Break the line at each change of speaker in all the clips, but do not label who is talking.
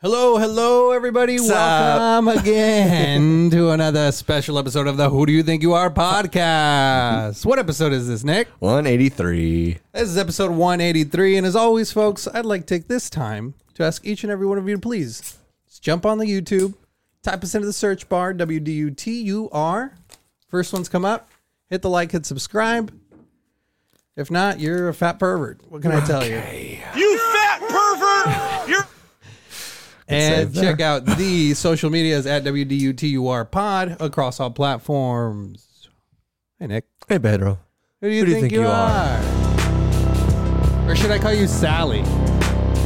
Hello, hello, everybody.
What's
Welcome again to another special episode of the Who Do You Think You Are podcast. what episode is this, Nick?
183.
This is episode 183. And as always, folks, I'd like to take this time to ask each and every one of you to please just jump on the YouTube, type us into the search bar, W D U T U R. First one's come up. Hit the like, hit subscribe. If not, you're a fat pervert. What can I tell you?
You fat pervert! You're
And uh,
Save
check out the social medias at WDUTUR Pod across all platforms. Hey, Nick.
Hey, Pedro.
Who do you, think, you, are? Or should I call you Sally?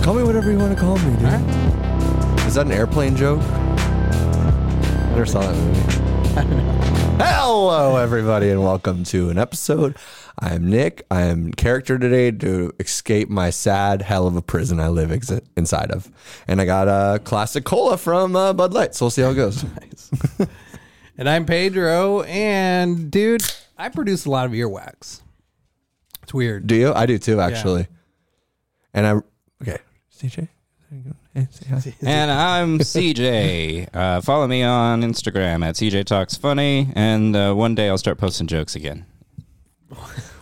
Call me whatever you want to call me, dude. Is that an airplane joke? I never saw that movie. Hello, everybody, and welcome to an episode. I'm Nick. I am character today to escape my sad hell of a prison I live ex- inside of. And I got a classic cola from uh, Bud Light, so we'll see how it goes.
And I'm Pedro. And dude, I produce a lot of earwax. It's weird.
Do you? I do too, actually. And I, okay. CJ? Hey, say hi.
And I'm CJ. Uh, follow me on Instagram at CJ Talks Funny, and uh, one day I'll start posting jokes again.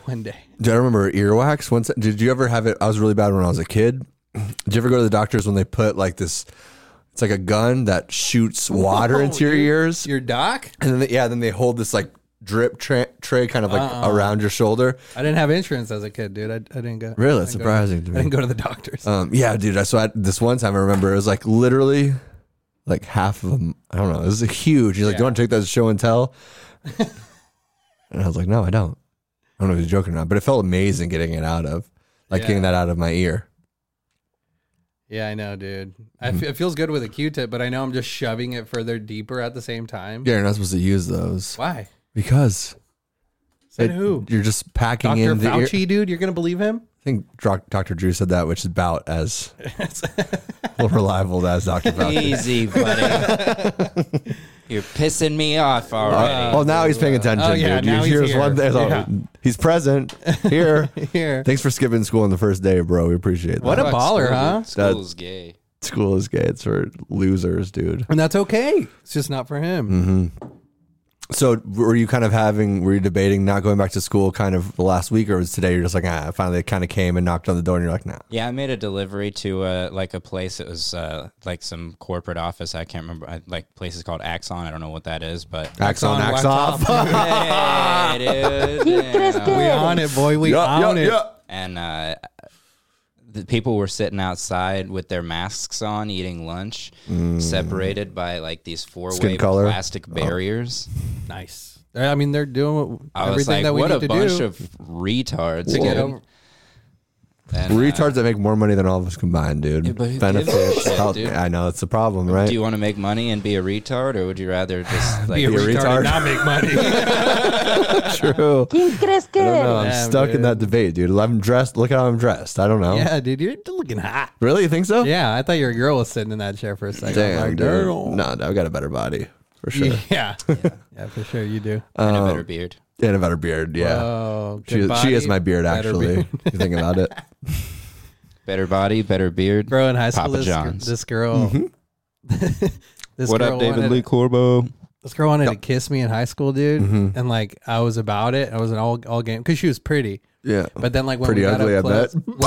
One day.
Do I remember earwax? Once, did you ever have it? I was really bad when I was a kid. Did you ever go to the doctors when they put like this? It's like a gun that shoots water into your ears,
Your doc?
and then they, yeah, then they hold this like drip tra- tray kind of like around your shoulder.
I didn't have insurance as a kid, dude. I, I didn't go. I
Really, that's
didn't go-
surprising to
I
me.
didn't go to the doctors.
Um, yeah, dude. I saw it this one time. I remember it was like literally like half of them. I don't know. It was huge. He's like, "Do you want to take that as show and tell?" and I was like, "No, I don't." I don't know if he's joking or not, but it felt amazing getting it out of, like
Yeah.
getting that out of my ear.
yeah, I know, dude. I f- it feels good with a Q-tip, but I know I'm just shoving it further deeper at the same time.
Yeah, you're not supposed to use those
Why?
because
Said
it-
who?
you're just packing
Dr.
in the ear.
Fauci, dude, you're gonna believe him?
I think Dr. Dr. Drew said that, which is about as reliable as Dr. Fauci.
Easy, buddy. You're pissing me off
Uh,
already.
well, now he's paying attention,
Oh, yeah,
dude.
now he's
Here's
here.
one thing.
Yeah.
He's present here.
Here.
Thanks for skipping school on the first day, bro. We appreciate that.
What a baller, huh?
School's gay.
school is gay. It's for losers, dude.
And that's okay. It's just not for
Mm-hmm.
him.
So, were you kind of having, were you debating not going back to school kind of the last week, or was today you're just like, ah, finally it kind of came and knocked on the door and you're like, nah.
Yeah, I made a delivery to uh, like a place. It was uh, like some corporate office. I can't remember. I, like places called Axon. I don't know what that is, but
Axe on,
on, wax
axe off.
hey, dude. Yeah.
Uh, We on it, boy. We
Yup,
on
yup,
it.
yup.
and uh, the people were sitting outside with their masks on, eating lunch, separated by like these four-way
Skin color.
plastic barriers.
Nice. I mean, they're doing what-
I was
everything
like,
that we
"What
need
a
to
bunch
do
of retards!"
to get
dude.
over.
And, uh,
Retards that make more money than all of us combined, dude.
but who
Benefits.
gives a shit,
health-
dude?
I know that's the problem, right?
uh, do you want to make money and be a retard, or would you rather just like
Be a
Be a
retard,
retard.
and not make money.
True. I don't know. I'm
Damn,
stuck in
dude.
that debate, dude. I'm dressed. Look how I'm dressed. I don't know.
yeah, dude, you're looking hot.
Really? You think so?
Yeah, I thought your girl was sitting in that chair for a second.
Damn,
I'm like,
dude.
"Girl."
No, no, I've got a better body for sure.
Yeah. yeah, for sure you do.
and a better beard?
And a better beard.
Uh,
Yeah.
Oh,
she,
good
she is
body,
my beard,
better
actually.
beard.
you think about it?
Better body, better beard.
Bro, in high school,
Papa
this,
John's. Mm-hmm.
this girl. this
what
girl
up, David
wanted-
Lee Corbo?
This girl wanted to kiss me in high school, dude,
Mm-hmm.
and like I was about it. I was an all all game because she was pretty.
Yeah.
But then like when
Pretty
we got
ugly, I
up close,
bet.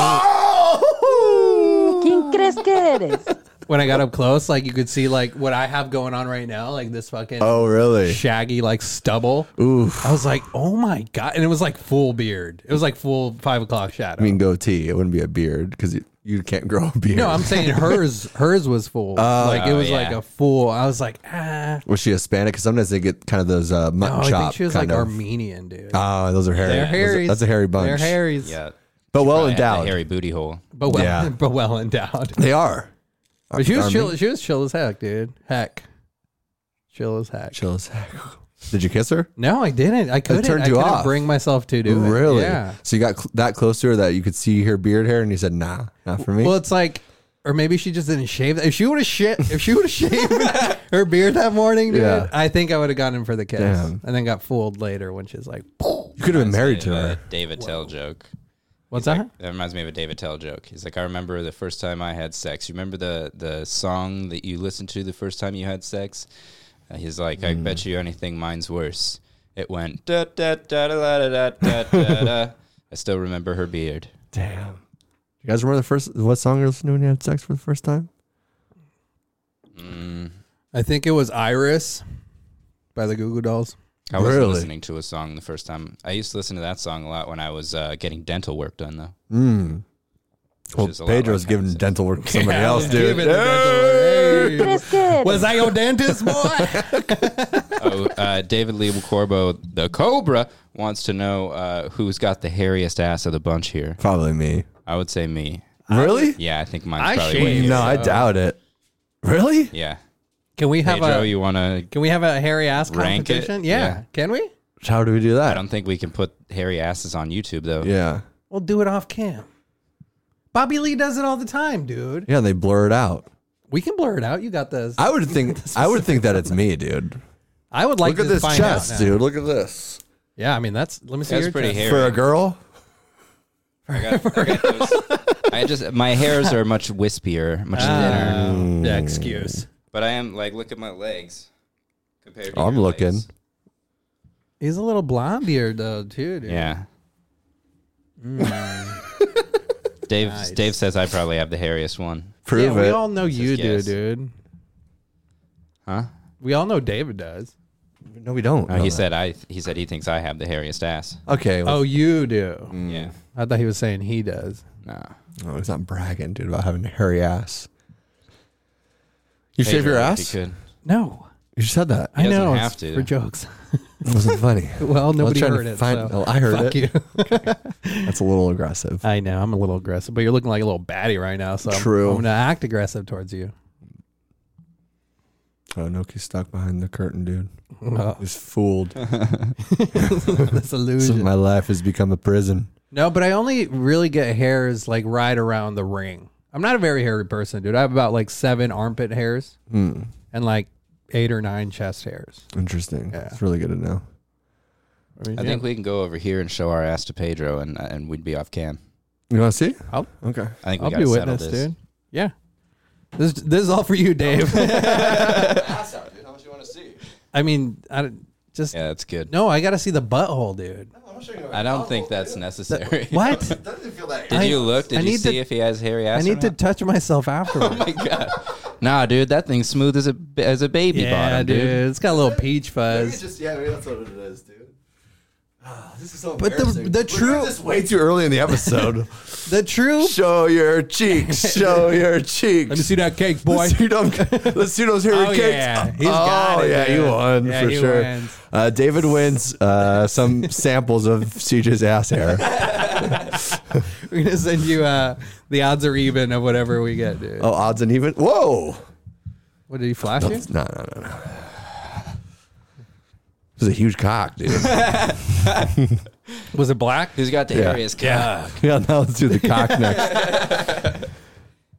Oh!
¿Quién crees que eres?
when I got up close, like you could see like what I have going on right now, like this fucking
Oh, really?
shaggy like stubble.
Oof.
I was like, oh my god, and it was like full beard. It was like full five o'clock shadow.
I mean, goatee. It wouldn't be a beard because you, you can't grow a beard.
no, I'm saying hers hers was full. like it
Oh,
was
yeah.
like a full. I was like, ah.
was she Hispanic? Because sometimes they get kind of those uh, mutton
No, I
chop.
think she was like
kind of.
Armenian, dude.
Oh, those are hairy.
They're
Those are-
hairies.
That's a hairy bunch.
They're hairies,
Yeah,
But well
Probably had the
endowed.
hairy booty hole.
but well,
Yeah.
but well endowed.
They are.
But she was
Army.
chill. She was chill as heck, dude. Heck, chill as heck.
Chill as heck. Did you kiss her?
No, I didn't. I couldn't.
turned
I
you
couldn't
off.
bring myself to do it.
Really?
Yeah.
So you got cl- that close to her that you could see her beard hair, and you said, "Nah, not for me."
Well, it's like, or maybe she just didn't shave. That. If she would have shit, if she would have shaved her beard that morning, dude,
Yeah.
I think I would have gone in for the kiss,
Damn.
and then got fooled later when she's like,
you could have been married to
Uh,
her.
David Tell joke.
What's
He's
that?
like- that reminds me of a David Tell joke. He's like, I remember the first time I had sex. You remember the the song that you listened to the first time you had sex? Uh, he's like, I
Mm.
bet you anything, mine's worse. It went da da da da da da da da. da. I still remember her beard.
Damn. You guys remember the first what song you listened to when you had sex for the first time?
I think it was Iris by the Goo Goo Dolls.
I wasn't
Really?
listening to a song the first time. I used to listen to that song a lot when I was uh, getting dental work done, though. Which
Mm. Well,
is a lot like
Pedro's giving
having sex.
dental work to somebody else, dude.
Give it the dental work. Hey.
¿Crees que eres?
Was I your dentist, boy?
Oh, uh, David Lee Corbo, the Cobra, wants to know uh, who's got the hairiest ass of the bunch here.
Probably me.
I would say me.
Really?
Yeah, I think mine's
I
probably
shave.
way
No, I doubt it. Really?
Yeah.
Can we have
Pedro,
a
you want to?
Can we have a hairy ass
Rank it?
competition? Yeah.
Yeah.
Can we?
How do we do
I
that?
don't think we can put hairy asses on YouTube though.
Yeah.
We'll do it off cam. Bobby Lee does it all the time, dude.
Yeah, they blur it out.
We can blur it out. You got this. I,
I would think I would think that it's me, dude.
would like
Look
to
at this
find out
chest,
now.
dude. Look at this.
Yeah, I mean that's. Let me see.
That's
your
pretty
chest.
hairy.
For a girl?
I, got, I, got those- I just my hairs are much wispier, much
Ah.
thinner.
Yeah,
Mm.
excuse.
But I am like, look at my legs. Compared, to
Oh, I'm
your
looking.
legs.
He's a little blonde here though, too. Dude.
Yeah.
Mm.
Dave Dave says I probably have the hairiest one.
Prove
yeah, we
it.
all know you
his
do,
guess.
dude.
Huh?
We all know David does.
no, we don't.
No,
know
he
that.
said I. He said he thinks I have the hairiest ass.
Okay.
Oh,
Well,
you do.
Mm.
Yeah.
I thought he was saying he does.
No.
oh. he's not bragging, dude, about having a hairy ass. You
Pedro,
shave your
if he
ass? You
could.
No,
just said that.
I
doesn't
know.
have
it's
to.
for jokes.
It wasn't funny.
well, nobody
trying to
heard it.
find-
so
oh, I heard
fuck
it.
you. Uh,
That's a little aggressive.
I know I'm a little aggressive, but you're looking like a little baddie right now. So I'm-
True.
I'm, gonna act aggressive towards you.
Oh, Noki's stuck behind the curtain, dude.
Oh,
He's fooled.
that's
So
illusion.
my life has become a prison.
no, but I only really get hairs like right around the ring. I'm not a very hairy person, dude. I have about like seven armpit hairs
Hmm.
and like eight or nine chest hairs.
Interesting. It's really good to know.
I, mean,
I think we can go over here and show our ass to Pedro, and uh, and we'd be off cam.
You want to see?
I'll-
okay.
I think we
I'll
gotta
be
settle
witness,
this.
dude. Yeah. This this is all for you, Dave.
How much you want to see?
I mean, I don't- just
Yeah, that's good.
no. I got to see the butthole, dude.
I don't think that's necessary.
What?
Did
I-
you look? Did
I
you
need
see
to-
if he has hairy
I
ass?
need to touch myself afterwards.
Oh my god. Nah, dude, that thing's smooth as a as a baby bottom, dude.
It's got a little peach fuzz.
just, yeah, maybe that's what it is, dude. Ah, This is so
But the- embarrassing. the We're doing true-
this
this
way too early in the episode.
The true.
show your cheeks. Show your cheeks.
Let me see that cake, boy.
Let's see them- let's see those hairy
Oh,
cakes.
yeah. He's got
oh,
it,
yeah,
dude.
you won
Yeah,
for
he
sure.
wins.
Uh, David wins uh, some samples of CJ's ass hair.
We're gonna send you uh, the odds are even of whatever we get, dude.
Oh, odds and even. Whoa.
What did he flash
No,
you?
no, no, no. no. This is a huge cock, dude.
Was it black?
Who's got the
Yeah.
hairiest cock?
yeah, now let's do the cock next.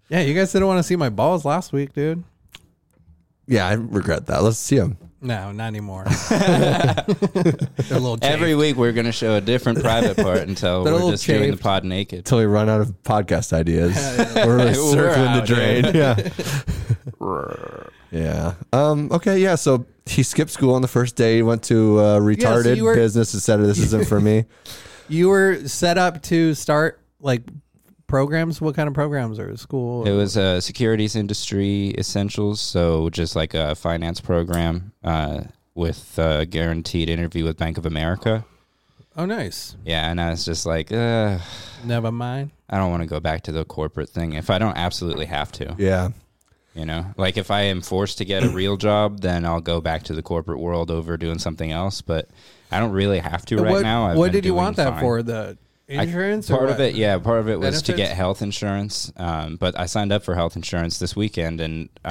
Yeah, you guys didn't want to see my balls last week, dude.
Yeah, I regret that. Let's see him.
No, not anymore. They're a little
Every
chafed.
week we're gonna show a different private part until
They're a
we're
little
just doing the
chafed.
pod naked.
Until we run out of podcast ideas. We're really
We're
circling the
out,
drain. Yeah. yeah. Um, okay, yeah. So he skipped school on the first day. He went to uh, retarded
you were-
business and said, This isn't for me.
you were set up to start like programs. What kind of programs are at school?
It was a securities industry essentials, so just like a finance program uh, with a guaranteed interview with Bank of America.
oh, nice.
Yeah, and I was just like, uh,
Never mind.
I don't want to go back to the corporate thing if I don't absolutely have to.
Yeah.
You know, like if I am forced to get a real job, then I'll go back to the corporate world over doing something else. But I don't really have to right
what
now. I've
what
been
did you
doing
want that
fine.
for? The
I-
insurance? or
part of
what?
it, yeah, part of it was to
Benefits?
get health insurance. Um, but I signed up for health insurance this weekend, and uh,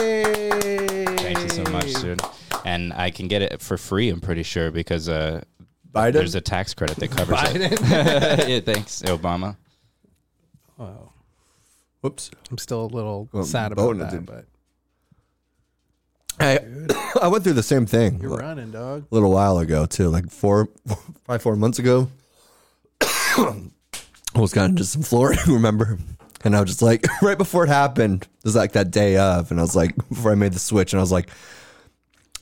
thank you so much, dude. And I can get it for free. I'm pretty sure because uh,
Biden?
there's a tax credit that covers it. yeah, thanks, Obama.
Wow.
Whoops.
I'm still a little
Well,
sad about
bonus,
that,
dude.
but
I, I went through the same thing.
you're running, dog.
little while ago too, like four, probably four months ago. I was kind of just in Florida, remember? And I was just like, right before it happened, it was like that day of, and I was like, before I made the switch, and I was like,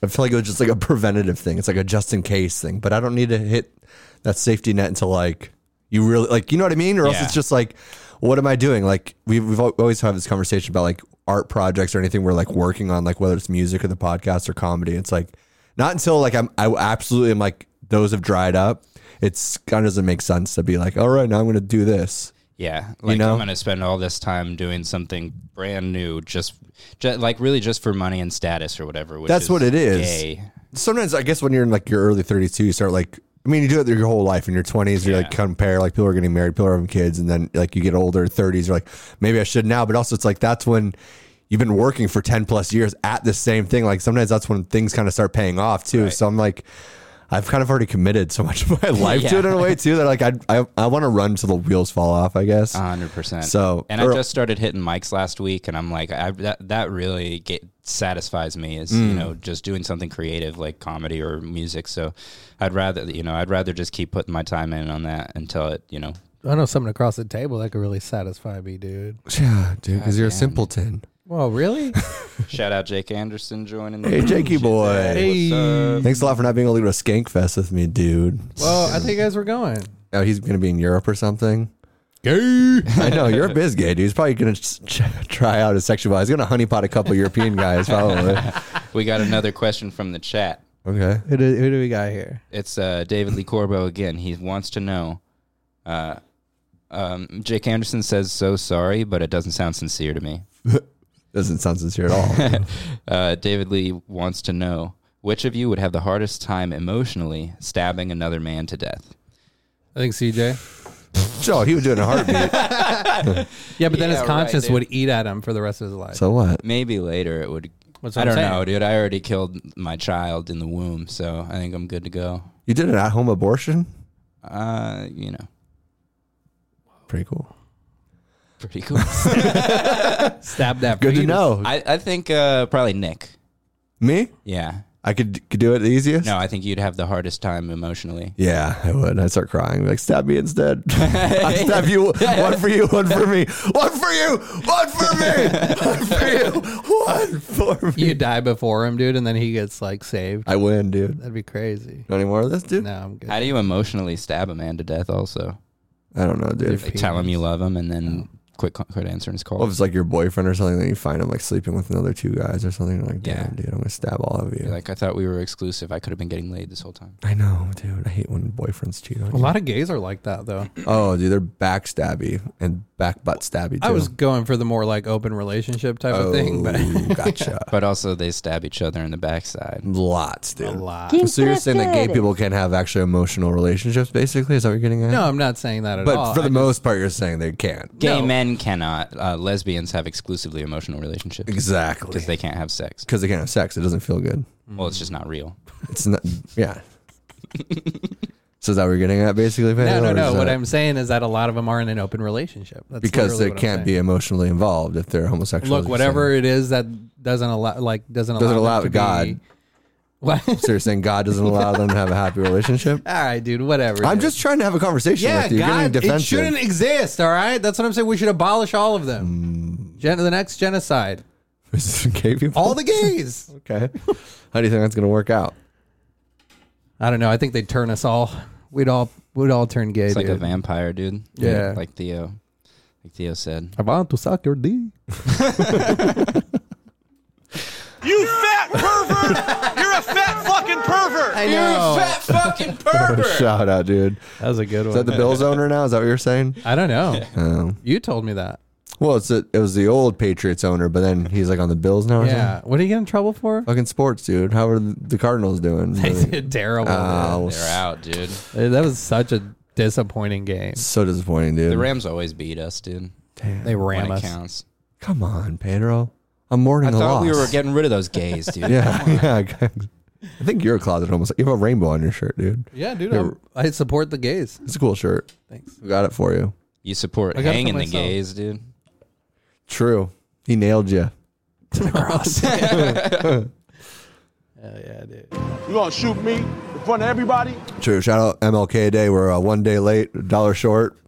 I feel like it was just like a preventative thing. It's like a just in case thing, but I don't need to hit that safety net until like you really like, you know what I mean? Or else
Yeah.
it's just like, what am I doing? Like we've, we've al- always had this conversation about like art projects or anything we're like working on, like whether it's music or the podcast or comedy. It's like not until like I'm, I absolutely am like those have dried up. It's kind of doesn't make sense to be like, all right, now I'm going to do this.
Yeah, like
know?
I'm going to spend all this time doing something brand new, just, ju- like really just for money and status or whatever. Which
That's
is
what it is.
gay.
sometimes I guess when you're in like your early 30s too, you start like I mean you do it your whole life in your 20s you're like
Yeah.
compare like people are getting married, people are having kids, and then like you get older 30s you're like maybe I should now, but also it's like that's when you've been working for 10 plus years at the same thing. Like sometimes that's when things kind of start paying off too. So I'm like. I've kind of already committed so much of my life to
Yeah.
it in a way too that like I I, I want to run till the wheels fall off. I guess
A hundred percent.
So-
and
or-
I just started hitting mics last week, and I'm like, I, that that really get, satisfies me is
Mm.
you know just doing something creative like comedy or music. So I'd rather you know I'd rather just keep putting my time in on that until it you know
I know something across the table that could really satisfy me, dude.
yeah, dude, because you're a simpleton.
Well, really?
shout out Jake Anderson joining. the-
Hey, Jakey boy.
Hey, what's up?
Thanks a lot for not being able to go to Skank Fest with me, dude.
well, I think you guys were going.
Oh, he's gonna be in Europe or something.
Gay.
I know Europe is gay, dude. He's probably gonna ch- ch- try out a sexual. He's gonna honeypot a couple European guys, probably.
we got another question from the chat.
Okay.
Who do, who do we got here?
It's uh, David Lee Corbo again. He wants to know. Uh, um, Jake Anderson says, "So sorry, but it doesn't sound sincere to me."
Doesn't sound sincere at all.
Uh, David Lee wants to know which of you would have the hardest time emotionally stabbing another man to death.
I think CJ.
so he would do it in a heartbeat.
Yeah, but then
Yeah,
his
right,
conscience
dude.
would eat at him for the rest of his life.
So what?
Maybe later it would.
That's what
I
I'm
don't
saying.
know, dude. I already killed my child in the womb, so I think I'm good to go.
You did an at-home abortion?
Uh, you know,
Pretty cool.
pretty cool.
Stab that.
Good to
fetus.
know.
I, I think uh, probably Nick.
me?
Yeah.
I could, could do it the easiest.
No, I think you'd have the hardest time emotionally.
Yeah, I would. I'd start crying. Like, stab me instead. I'd stab you. One for you, one for me. One for you, one for me. One for you, one for me.
You die before him, dude, and then he gets like saved.
I win, dude.
That'd be crazy.
Any more of this, dude?
No, I'm good.
How do you emotionally stab a man to death? Also,
I don't know, dude.
like, tell him you love him and then quit quit answering his calls.
Well, if it's like your boyfriend or something, then you find him like sleeping with another two guys or something. You're like, damn,
Yeah.
dude, I'm gonna stab all of you.
You're like, I thought we were exclusive. I could have been getting laid this whole time.
I know, dude. I hate when boyfriends cheat on
A
you.
lot of gays are like that, though.
Oh, dude, they're backstabby and back butt stabby too.
I was going for the more like open relationship type
oh,
of thing, but
gotcha.
But also, they stab each other in the backside.
Lots, dude.
a lot.
So you're saying that gay people can't have actually emotional relationships, basically? Is that what you're getting at?
No, I'm not saying that at
But
all.
for the
I-
most part, you're saying they can't.
Gay
No.
men cannot. Uh, lesbians have exclusively emotional relationships
Exactly.
because they can't have sex.
Because they can't have sex. It doesn't feel good.
Well, it's just not real.
It's not. Yeah. so is that what you're getting at, basically?
no,
Pedro,
no,
or
no.
is
What
that-
I'm saying is that a lot of them are in an open relationship. That's
because
literally
they
what I'm
can't be
saying.
emotionally involved if they're homosexual.
Look, whatever it is that doesn't allow, like, doesn't allow,
Doesn't
them
allow
to
God.
Be, what? All
So you're saying God doesn't allow them to have a happy relationship?
right, dude. Whatever.
I'm
dude.
just trying to have a conversation
yeah,
with you. You're
God.
getting
It
defensive.
shouldn't exist. All right, that's what I'm saying. We should abolish all of them.
Mm.
Gen- the next genocide.
Gay people?
All the gays.
okay. How do you think that's going to work out?
I don't know. I think they'd turn us all. We'd all we'd all turn gay.
It's like a
dude.
vampire, dude.
Yeah.
Like Theo. Like Theo said.
I want to suck your dick.
You fat pervert! You're a fat fucking pervert!
I know.
fucking pervert.
Shout out, dude.
that was a good
Is that
one.
the Bills owner now? Is that what you're saying?
I don't know.
Oh.
You told me that.
Well, it's a, it was the old Patriots owner, but then he's like on the Bills now. Or
Yeah.
Something?
What do you get in trouble for?
Fucking sports, dude. How are the Cardinals doing?
They did terrible.
Oh,
dude.
They're out, dude.
Hey, That was such a disappointing game.
so disappointing, dude.
The Rams always beat us, dude.
They ram
When
us.
it counts.
Come on, Pedro. I'm mourning
I
the
thought
loss.
we were getting rid of those gays, dude.
yeah, yeah. I think you're a closet homeless. You have a rainbow on your shirt, dude.
Yeah, dude. I'm- I support the gays.
It's a cool shirt.
Thanks.
We got it for you.
You support
I got it for
hanging the
myself.
gays, dude.
True. He nailed you.
yeah, dude.
You gonna shoot me in front of everybody?
True. Shout out MLK Day. We're uh, one day late, a dollar short.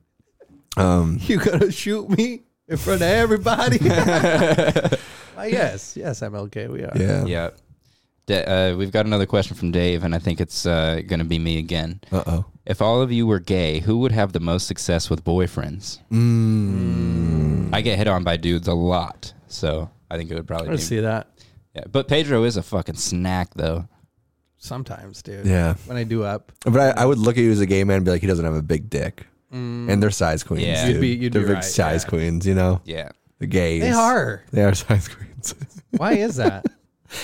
You gonna shoot me in front of everybody? uh, yes, yes, MLK, we are.
Yeah.
Yeah. Da- uh, we've got another question from Dave, and I think it's uh, going to be me again.
Uh oh.
If all of you were gay, who would have the most success with boyfriends?
Mm.
I get hit on by dudes a lot, so I think it would probably
I
be.
see that
Yeah. But Pedro is a fucking snack, though.
sometimes, dude.
Yeah.
When I do up,
But I, I would look at you as a gay man and be like, he doesn't have a big dick. And they're size queens.
Yeah.
dude.
You'd
be- Mm. you'd
they're
be
big
right,
size
yeah.
queens, you know?
Yeah.
The gays.
they are.
They are size queens.
Why is that?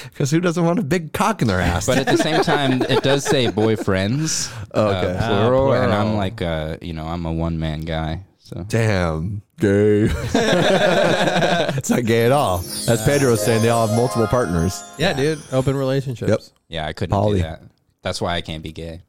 Because who doesn't want a big cock in their ass?
But at the same time, it does say boyfriends, uh,
Oh, okay.
plural, and I'm
Ah, plural.
like, uh, you know, I'm a one man guy. So
Damn. Gay. it's not gay at all. As Pedro was saying, they all have multiple partners.
Yeah, dude. Open relationships.
Yep.
yeah, I couldn't
Polly.
do that. That's why I can't be gay.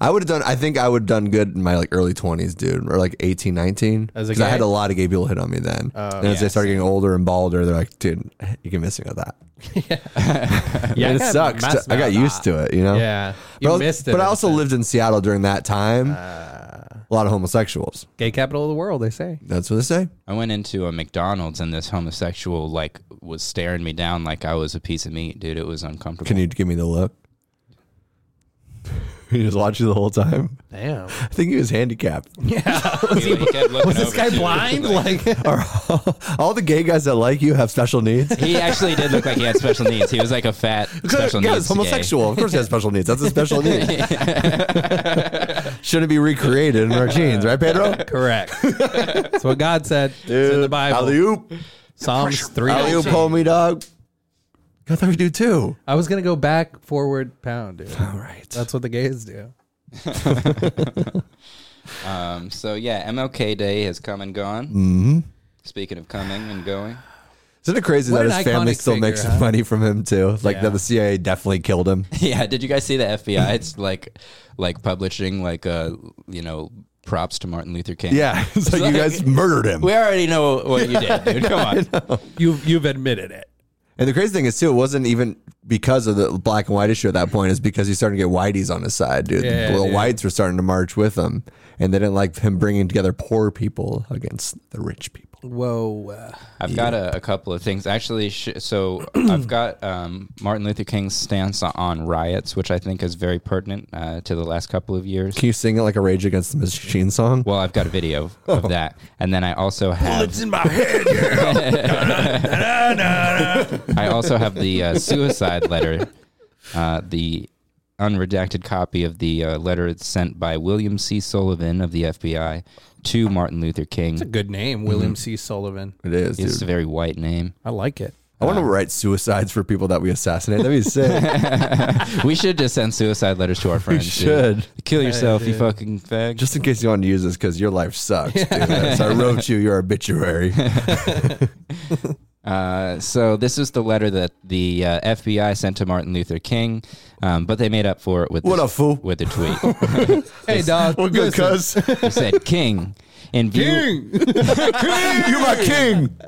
I would have done, I think I would have done good in my like early 20s, dude, or like 18, 19.
As a
Because I
gay?
had a Oh, lot of gay people hit on me then. and as
yeah,
they started getting older and balder, they're like, dude, you can miss me with that.
Yeah,
And it sucks. to- I got used to it, you know?
Yeah, you
but I was-
missed it. Uh,
But I also lived in Seattle during that time. a lot of homosexuals.
gay capital of the world. They say.
That's what they say.
I went into a McDonald's and this homosexual like was staring me down like I was a piece of meat, dude. It was uncomfortable.
Can you give me the look? he just watched you the whole time.
Damn.
I think he was handicapped.
He, like, kept looking
Was this
over
guy
to me,
blind? Like,
Are all, all the gay guys that like you have special needs.
he actually did look like he had special needs. He was like a fat special
yeah,
needs
it's homosexual. Of course, he has special needs. That's a special need.
gay.
Shouldn't be recreated in our genes, right, Pedro?
correct. That's what God said. it's in the Bible.
Alley-oop.
Psalms three.
Alley-oop, homie, dog. I thought we do too.
I was gonna go back, forward, pound, dude.
All right.
That's what the gays do.
um, so yeah, MLK Day has come and gone.
Mm-hmm.
Speaking of coming and going,
Isn't it crazy
What
that
an
his family
iconic
still
figure,
makes
huh?
money from him too? Like
Yeah.
that the CIA definitely killed him.
yeah. Did you guys see the FBI? It's like like publishing like uh you know props to Martin Luther King.
Yeah, it's like you guys murdered him.
We already know what you did, dude. Come on.
You've you've admitted it.
And the crazy thing is too, it wasn't even because of the black and white issue at that point. It's because he's starting to get whiteys on his side, dude.
Yeah,
the
dude.
whites were starting to march with him, and they didn't like him bringing together poor people against the rich people.
Whoa. Uh,
I've got a, a couple of things actually. Sh- so I've got um, Martin Luther King's stance on riots, which I think is very pertinent uh, to the last couple of years.
Can you sing it like a Rage Against the Machine song?
Well, I've got a video of that, and then I also have
in my head.
I also have the uh, suicide letter, uh, the unredacted copy of the uh, letter sent by William C. Sullivan of the FBI to Martin Luther King.
a good name, William C. Sullivan.
It is,
It's a
dude.
very white name.
Mhm. I like it.
I want to write suicides for people that we assassinate. That'd be sick.
We should just send suicide letters to our friends. dude.
should.
kill yourself, you fucking fag.
Just in case you want to use this, because your life sucks, dude. So I wrote you your obituary.
Uh, so this is the letter that the uh, FBI sent to Martin Luther King, um, but they made up for it with
What
this-
a fool.
with a tweet.
Hey, dog.
Well, good,
listen.
cuz.
it said, "King, in view
You're my king.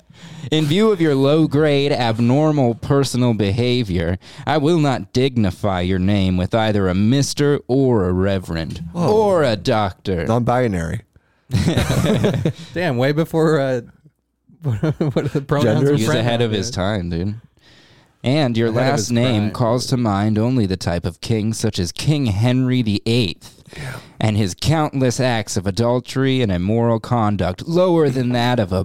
in view of your low grade, abnormal personal behavior, I will not dignify your name with either a Mister or a Reverend or a Doctor."
Non binary.
Damn, way before uh, what are the pronouns?
Genders?
were
He's
friend-
ahead of his time, dude. And your
Ahead of
last
his
name
prime.
calls to mind only the type of king such as King Henry VIII and his countless acts of adultery and immoral conduct lower than that of a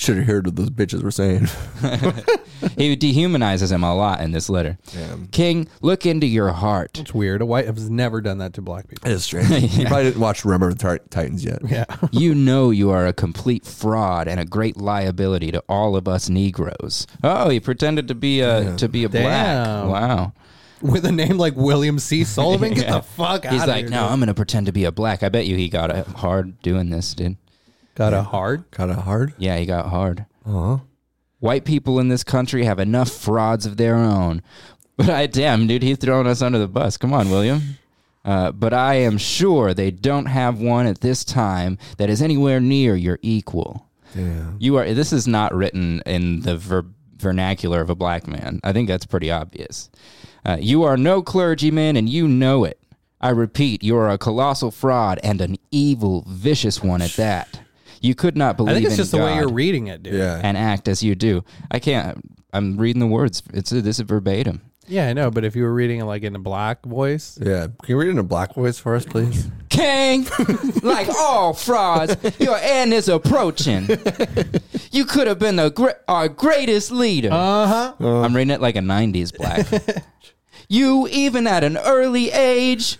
Should have heard what those bitches were saying.
He dehumanizes him a lot in this letter. King, look into your heart.
It's weird. A white has never done that to black people.
It is strange. You probably didn't watch Remember the Tit- Titans yet.
Yeah.
You know you are a complete fraud and a great liability to all of us Negroes. Oh, he pretended to be a to be a
Damn.
black. Wow.
With a name like William C. Sullivan, get the fuck out
He's
of
like,
here.
no,
dude."
I'm gonna pretend to be a black. I bet you he got it hard doing this, dude.
got a hard.
Kind of hard.
Yeah, he got hard. White people in this country have enough frauds of their own. But I damn, dude, he's throwing us under the bus. Come on, William. Uh, but I am sure they don't have one at this time that is anywhere near your equal. You are. This is not written in the ver- vernacular of a black man. I think that's pretty obvious. Uh, you are no clergyman, and you know it. I repeat, you are a colossal fraud and an evil, vicious one at that. You could not believe.
I think it's
in
just the way
God
you're reading it, dude.
Yeah.
and act as you do. I can't. I'm reading the words. It's this is verbatim.
Yeah, I know. But if you were reading it like in a black voice,
Yeah. Can you read it in a black voice for us, please?
King, like all frauds, your end is approaching. You could have been the gre- our greatest leader. Uh-huh. I'm reading it like a 90s black. you, even at an early age,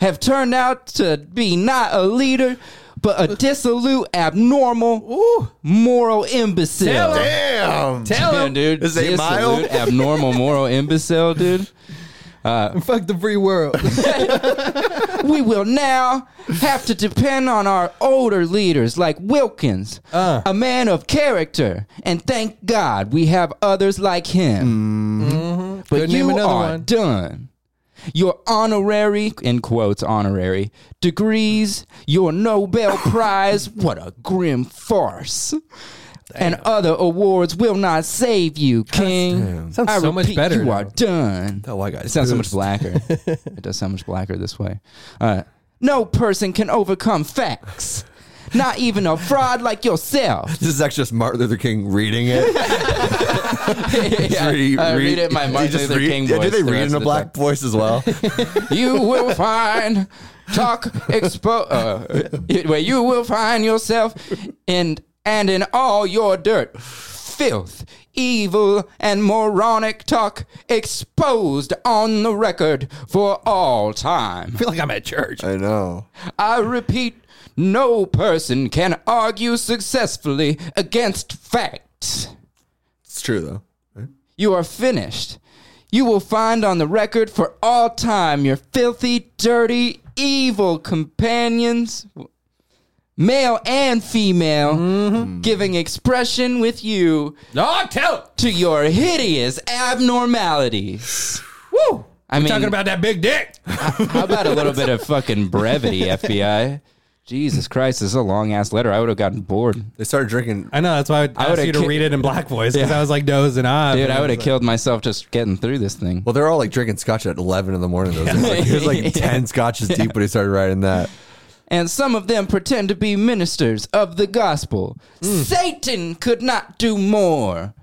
have turned out to be not a leader, but a dissolute, abnormal, moral imbecile.
Damn.
Damn, dude.
This ain't
Dissolute,
mild.
abnormal, moral imbecile, dude.
fuck the free world.
we will now have to depend on our older leaders like Wilkins,
Uh.
a man of character, and thank God we have others like him. But
Couldn't
you
Mm-hmm. name another
are
one.
done. Your honorary, in quotes, honorary degrees, your Nobel Prize, what a grim farce. And other awards will not save you, King.
Sounds
I
so much
repeat,
better
You are
now.
done.
That white guy.
It sounds so much blacker. it does sound much blacker this way. Uh, no person can overcome facts. Not even a fraud like yourself.
This is actually just Martin Luther King reading it.
Yeah,
Re-
I
re-
read it in my
They
Martin
just
Luther
read-
King
Yeah,
voice.
Do they
the
read
rest
in a
of the
black voice as well?
time. You will find talk expo. Uh, it- where you will find yourself in and in all your dirt, filth, evil, and moronic talk exposed on the record for all time.
feel like I'm at church.
I know.
I repeat, no person can argue successfully against facts.
It's true though.
You are finished. You will find on the record for all time your filthy, dirty, evil companions, male and female, giving expression with you
Mm-hmm. No, tell it.
to your hideous abnormalities.
Woo.
I mean,
Talking about that big dick.
How about a little bit of fucking brevity, FBI? Jesus Christ, this is a long ass letter. I would have gotten bored.
They started drinking.
I know. That's why I,
I
asked
would've
you to
ki-
read it in black voice because I was like dozing off.
Dude,
and
I would
was
have
like,
killed myself just getting through this thing.
Well, they're all like drinking scotch at eleven in the morning. Those days. Like, he was like ten scotches deep when he started writing that.
And some of them pretend to be ministers of the gospel. Satan could not do more.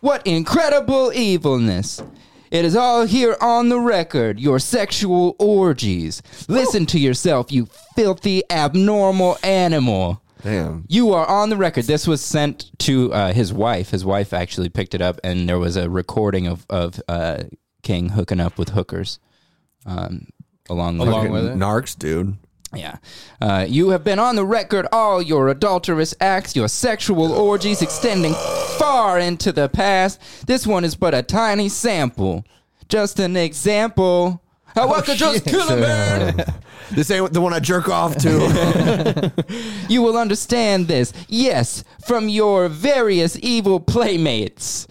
What incredible evilness. It is all here on the record, your sexual orgies. Listen to yourself, you filthy, abnormal animal.
Damn.
You are on the record. This was sent to uh, his wife. His wife actually picked it up, and there was a recording of of uh, King hooking up with hookers. Um, along with
Fucking Narcs, dude.
yeah. Uh, you have been on the record all your adulterous acts, your sexual orgies extending far into the past. This one is but a tiny sample. Just an example. I walk a just kill a man.
This ain't the one I jerk off to.
You will understand this, yes, from your various evil playmates.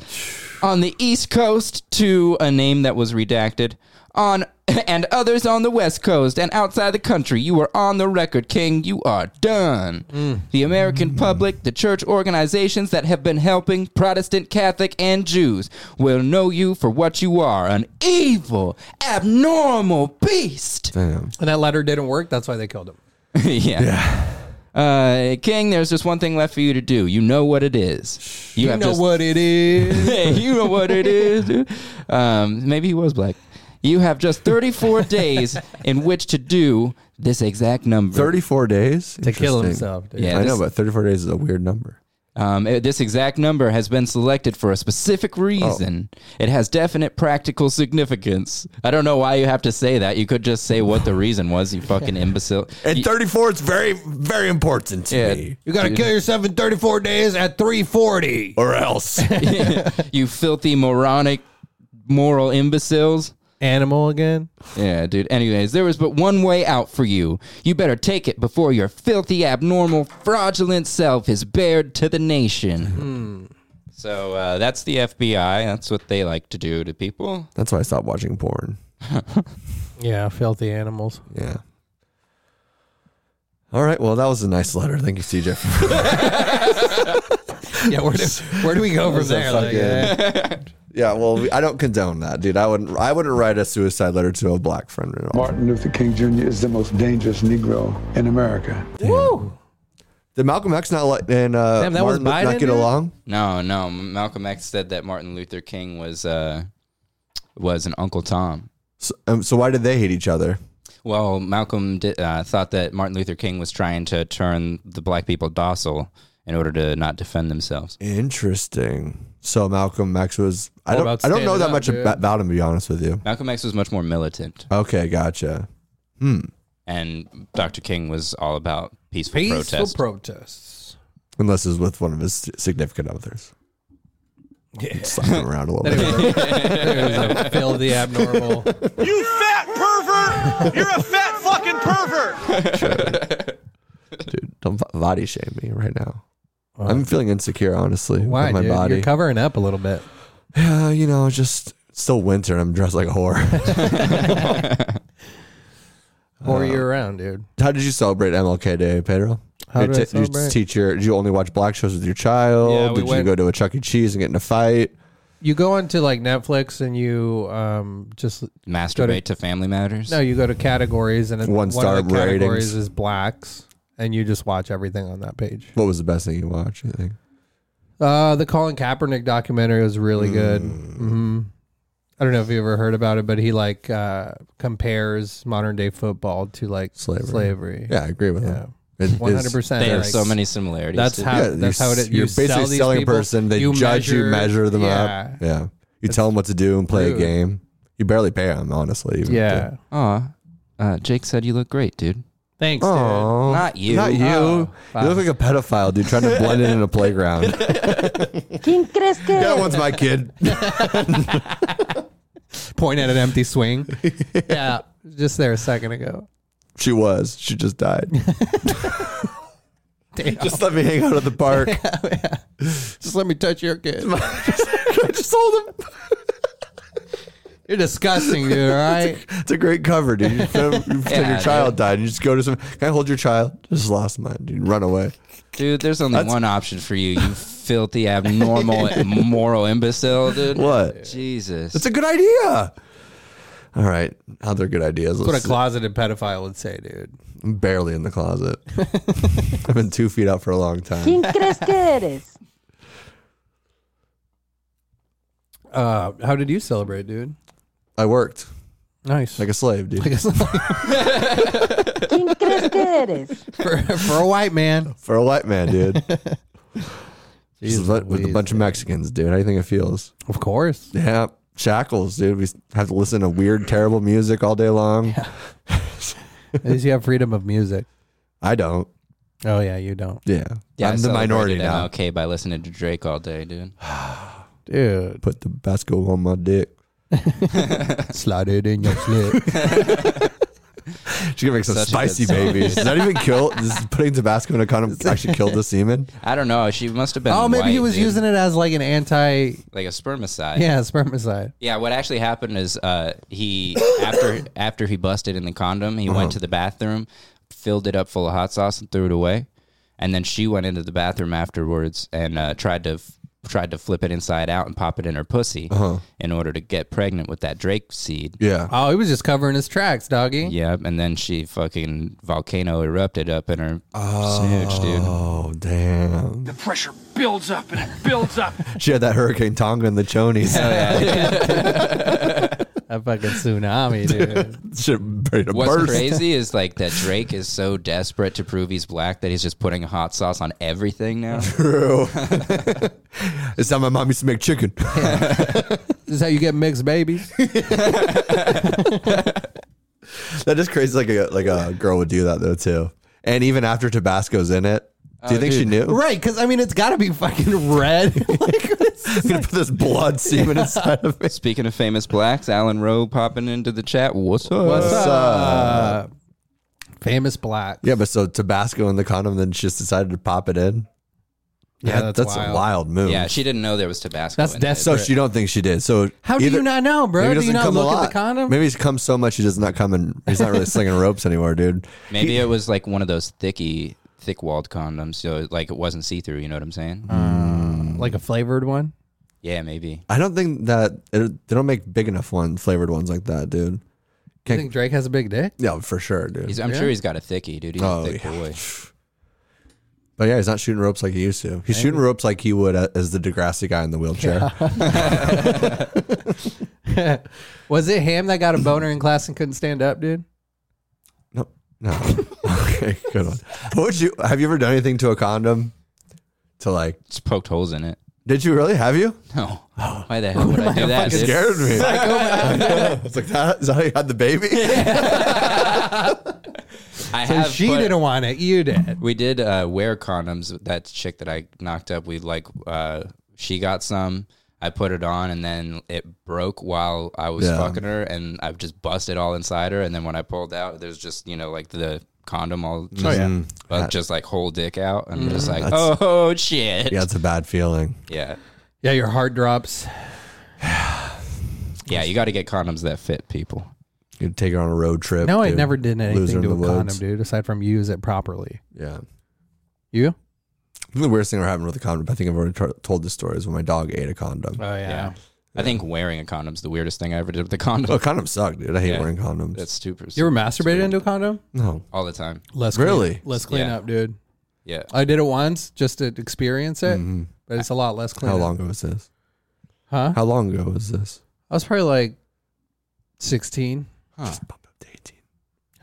On the East Coast to a name that was redacted, on and others on the West Coast and outside the country, you are on the record, King. You are done. The American public, the church organizations that have been helping Protestant, Catholic, and Jews will know you for what you are an evil, abnormal beast.
And that letter didn't work. That's why they killed him.
yeah. Uh, King, there's just one thing left for you to do. You know what it is. You, have just-
what it is.
Hey, you know what it is. dude. Um, maybe he was black. You have just 34 days in which to do this exact number.
Thirty-four days
to kill
Interesting.
himself. Dude.
Yeah,
I
this-
know, but thirty-four days is a weird number.
Um, it- this exact number has been selected for a specific reason. It has definite practical significance. I don't know why you have to say that. You could just say what the reason was. You fucking imbecile.
And thirty-four is very, very important to me,
You gotta kill yourself in 34 days at 340.
or else.
you filthy moronic moral imbeciles.
Animal again?
Yeah, dude. Anyways, there is but one way out for you. You better take it before your filthy, abnormal, fraudulent self is bared to the nation. Hmm. So uh, that's the FBI. That's what they like to do to people.
That's why I stopped watching porn.
Yeah, filthy animals.
Yeah. All right. Well, that was a nice letter. Thank you, CJ.
Yeah, where do, where do we go from there? Like, uh, yeah.
yeah. Well, we, I don't condone that, dude. I wouldn't. I wouldn't write a suicide letter to a black friend at all.
Martin Luther King Jr. is the most dangerous Negro in America.
Did Malcolm X not like and uh,
Damn, that was
Martin Luther
Biden,
not get
dude?
along?
No, no. M- Malcolm X said that Martin Luther King was uh, was an Uncle Tom.
So, um, so why did they hate each other?
Well, Malcolm di uh, thought that Martin Luther King was trying to turn the black people docile in order to not defend themselves.
Interesting. So Malcolm X was. I
All
don't.
about
I don't
standing
know that
up,
much
dude.
ab- about him to be honest with you.
Malcolm X was much more militant,
Okay, gotcha.
and Dr. King was all about peaceful,
Peaceful
protest.
protests.
Unless it's with one of his significant others. Yeah. Slap him around a little bit.
Fill the abnormal.
You fat pervert! You're a fat fucking pervert!
dude. Don't bo- body shame me right now. I'm feeling insecure, honestly,
Why,
with my
dude?
body.
You're covering up a little bit.
yeah, you know, it's just it's still winter and I'm dressed like a whore.
Or
Uh,
year round, dude.
How did you celebrate MLK Day, Pedro?
How
Your
did I
t- your
celebrate?
teacher? Did you only watch black shows with your child?
Yeah, we
did you
went-
go to a Chuck E. Cheese and get in a fight?
You go onto like Netflix and you um just
Masturbate to family matters.
no, you go to categories and it-
One star
of the categories
ratings.
is blacks, and you just watch everything on that page.
What was the best thing you watched? You think?
Uh, the Colin Kaepernick documentary was really good. hmm I don't know if you ever heard about it, but he like uh, compares modern day football to like
Slavery.
slavery.
Yeah, I agree with
Yeah.
him. It is-
one hundred percent.
they have so many similarities.
That's
dude.
how.
Yeah,
that's
you're,
how it is.
You're basically selling a person. They judge you, measure them
yeah,
up. Yeah, you tell them what to do and play
rude.
a game. You barely pay them, honestly. even
Yeah.
Aw, uh, Jake said you look great, dude.
Thanks, dude.
Oh,
Not you.
Not you.
Oh,
you look like a pedophile, dude, trying to blend in in a playground.
¿Quién crees que
that
eres?
one's my kid.
Point at an empty swing. yeah, just there a second ago.
She was. She just died. Just let me hang out at the park.
Just let me touch your kid.
just hold him.
You're disgusting, dude. All right.
It's a great cover, dude. You pretend- you pretend your
dude.
child died, and you just go to some. Can I hold your child? Just lost mine, dude. Run away.
Dude, there's only one option for you, you filthy, abnormal, moral imbecile, dude.
What?
Jesus.
It's a good idea. All right, other good ideas.
That's what
Let's-
a closeted pedophile would say, dude.
I'm barely in the closet. I've been two feet out for a long time.
¿Quién crees que eres?
Uh, how did you celebrate, dude?
I worked
Nice.
like a slave, dude.
¿Quién crees que eres?
for, for a white man.
for a white man, dude. Just
Jeez
with- with a
Louise.
bunch of Mexicans, dude. How do you think it feels?
Of course.
Yeah, shackles, dude. We have to listen to weird, terrible music all day long.
At least you have freedom of music.
I don't.
Oh yeah, you don't,
Yeah,
Yeah, I
I'm the minority now.
celebrated MLK by listening to Drake all day, dude.
dude.
Put the basketball on my dick.
Slide it in your slip.
She's gonna make some
Such a good
spicy
song.
babies. Does that even kill? Does putting Tabasco in a condom actually kill the semen?
I don't know. She must have been.
oh, maybe he
white,
was
dude.
using it as like an anti,
like a spermicide.
yeah, spermicide.
Yeah, what actually happened is uh, he after after he busted in the condom, he
Uh-huh.
went to the bathroom, filled it up full of hot sauce, and threw it away. And then she went into the bathroom afterwards and uh, tried to f- tried to flip it inside out and pop it in her pussy in order to get pregnant with that Drake seed.
Uh-huh. Yeah.
Oh, he was just covering his tracks, doggy.
Yep, and then she fucking volcano erupted up in her snooch, dude.
Oh damn!
The pressure builds up and it builds up.
She had that Hurricane Tonga and the chonies.
That fucking tsunami, dude.
Shit, ready to
What's
burst.
crazy is like that Drake is so desperate to prove he's black that he's just putting hot sauce on everything now.
True. it's how my mom used to make chicken.
this is how you get mixed babies.
That is crazy. Like a like a girl would do that though too. And even after Tabasco's in it, do you think she knew?
Oh, right, because I mean, it's got to be fucking red. like, it's-
I'm gonna put this blood semen inside of me.
Speaking of famous blacks, Alan Rowe popping into the chat. What's up?
what's
What's
up? Famous black.
uh, Yeah, but so Tabasco in the condom, then she just decided to pop it in.
Yeah,
That-
that's
a
wild.
wild move.
Yeah, she didn't know there was Tabasco.
That's
in
death-
it.
so she don't think she did. So
How do
either-
you not know, bro?
maybe
Do
doesn't
you not
come a
look at
lot.
the condom?
Maybe he's come so much he does not come and he's not really slinging ropes anymore, dude.
Maybe it was like one of those thicky, thick-walled condoms. So like it wasn't see-through. You know what I'm saying?
Mm. like a flavored one.
yeah, maybe.
I don't think that it, they don't make big enough one flavored ones like that, dude.
You think Drake has a big dick?
Yeah, for sure, dude.
Oh,
He's, I'm sure he's got a thicky, dude. He's
Oh,
a thick
yeah.
boy.
But yeah, he's not shooting ropes like he used to. He's shooting ropes like he would uh, as the Degrassi guy in the wheelchair.
Was it him that got a boner in class and couldn't stand up, dude?
No, no. okay, good one. What would you have you ever done anything to a condom? To like,
Just poked holes in it.
did you really? Have you?
No. Why the hell would I do that?
Fucking
dude?
scared me. it's like that. Is that how you had the baby?
I
So
have,
she
but-
didn't want it. You did.
We did uh, wear condoms. with That chick that I knocked up, we like uh, she got some. I put it on, and then it broke while I was
Yeah.
fucking her, and I've just busted all inside her. And then when I pulled out, there's just you know like the condom all just,
yeah.
but just like whole dick out, and I'm just like oh shit,
yeah,
yeah,
it's a bad feeling.
yeah.
Yeah, your heart drops.
you got to get condoms that fit people.
You'd take her on a road trip.
No, I
dude.
never did
Lose
anything
her in
to a
the woods.
condom, dude, aside from use it properly.
Yeah.
You?
The weirdest thing that happened with a condom, I think I've already t- told this story, is when my dog ate a condom.
Oh,
Yeah. I think wearing a condom's the weirdest thing I ever did with a condom.
oh, condoms suck, dude. I hate
Yeah.
wearing condoms.
That's stupid.
You ever masturbated into a condom?
no.
all the time.
Let's
Really?
Let's clean
Yeah.
up, dude.
Yeah,
I did it once just to experience it, but it's a lot less clean.
Mm-hmm. How long ago was this?
Huh?
How long ago was this?
I was probably like 16.
Just bump up to 18.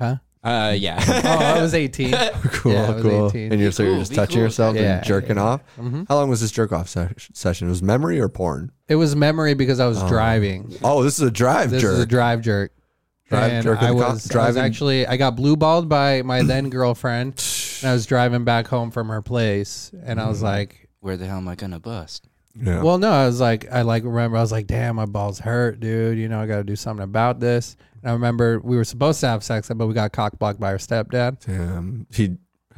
Huh?
uh, yeah.
Oh, I was 18.
Cool,
Yeah, I was
cool.
18.
And you're so you're just touching yourself
Yeah, Mm-hmm.
and jerking off. How long was this jerk off se- session? It was memory or porn?
it was memory because I was driving.
Oh, this is a drive
This
jerk.
is a drive jerk.
Drive
and
jerk in
I
the
was,
con-
I was
driving-
actually I got blue balled by my then girlfriend, and I was driving back home from her place, and I was
Mm-hmm.
like,
Where the hell am I gonna bust?
yeah.
well, no, I was like, I like remember I was like, damn, my balls hurt, dude. You know, I got to do something about this. And I remember we were supposed to have sex, but we got cock blocked by her stepdad.
Damn. He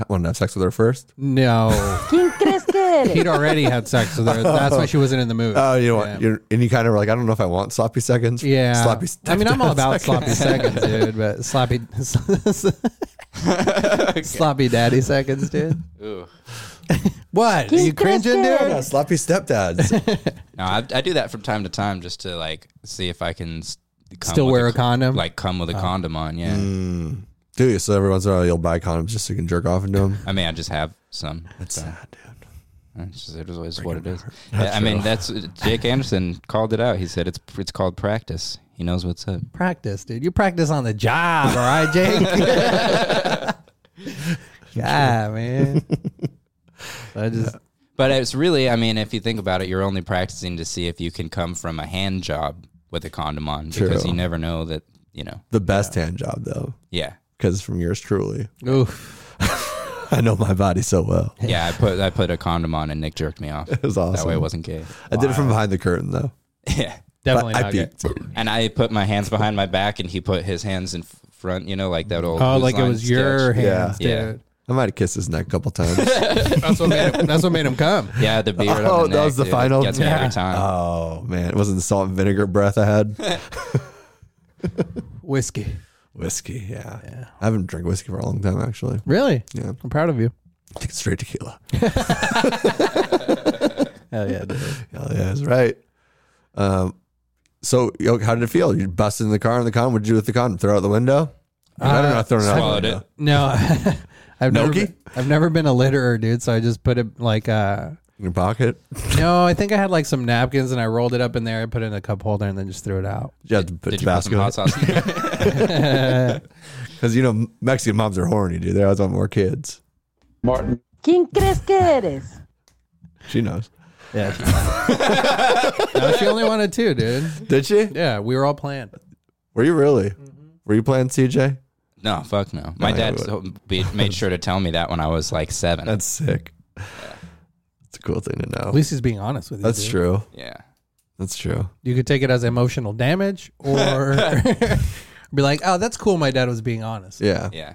wanted to have sex with her first?
No,
¿Quién crees que eres?
he'd already had sex with her. That's why she wasn't in the mood.
Oh, you know what?
Yeah.
You're, and you kind of were like, I don't know if I want sloppy seconds.
yeah,
Sloppy
I mean, I'm all about
seconds.
sloppy seconds, dude. But sloppy, sloppy daddy seconds, dude.
Ooh.
What? Are
King
you cringing,
Christian.
dude?
Yeah, sloppy stepdads.
No, I, I do that from time to time just to like see if I can s- come
Still
with
wear a
con-
condom? Oh.
like come with a condom on. Yeah,
Mm. Do you? So every once in a while, you'll buy condoms just so you can jerk off into them.
I mean, I just have some.
That's sad, dude.
It's just, it is always what it is. Yeah, I mean, that's Jake Anderson called it out. He said it's it's called practice. He knows what's up.
Practice, dude. You practice on the job, all right, Jake? yeah, man. I just
But it's really, I mean, if you think about it, you're only practicing to see if you can come from a hand job with a condom on because
True.
you never know that you know.
The best hand job, though,
Yeah,
because from yours truly.
oof.
I know my body so well.
yeah. I put I put a condom on and Nick jerked me off.
It was awesome.
That way it wasn't gay.
I did it from behind the curtain, though.
Yeah.
Definitely
I, I
not good.
peeked.
And I put my hands behind my back, and he put his hands in f- front. You know, like that old.
Oh,
Whose
like it
Line
was your
sketch.
hands,
Yeah.
dude.
I might have kissed his neck a couple times.
That's what made him, that's what made him come.
Yeah, the beard. on
Oh,
the
that was the
neck, dude.
final?
Gets me
Yeah.
every time.
oh, man. It wasn't the salt and vinegar breath I had.
Whiskey.
whiskey, yeah. I haven't drank whiskey for a long time, actually.
Really?
Yeah.
I'm proud of you.
Take it straight tequila.
Hell yeah, dude.
Hell yeah, that's right. Um, so yo, how did it feel? You busted in the car in the condom. What did you do with the condom? Throw it out the window? I don't know. Throw it out
Uh, swallowed
the window.
No, I've never
Noki?
been, I've never been a litterer, dude. So I just put it like uh
In your pocket?
no. I think I had like some napkins and I rolled it up in there. I put it in a cup holder and then just threw it out.
You have to put
Did you put some
Tabasco
hot sauce? in there?
because you know Mexican moms are horny, dude. They always want more kids.
¿Quién crees que eres?
She knows.
Yeah. no, she only wanted two, dude.
Did she?
Yeah, we were all playing.
Were you really?
Mm-hmm.
Were you playing CJ?
no, fuck no. My
No,
dad
I
be- made sure to tell me that when I was like seven.
That's sick. It's a cool thing to know.
At least he's being honest with you.
That's
dude.
true.
yeah.
That's true.
You could take it as emotional damage or be like, oh, that's cool. My dad was being honest.
Yeah.
Yeah.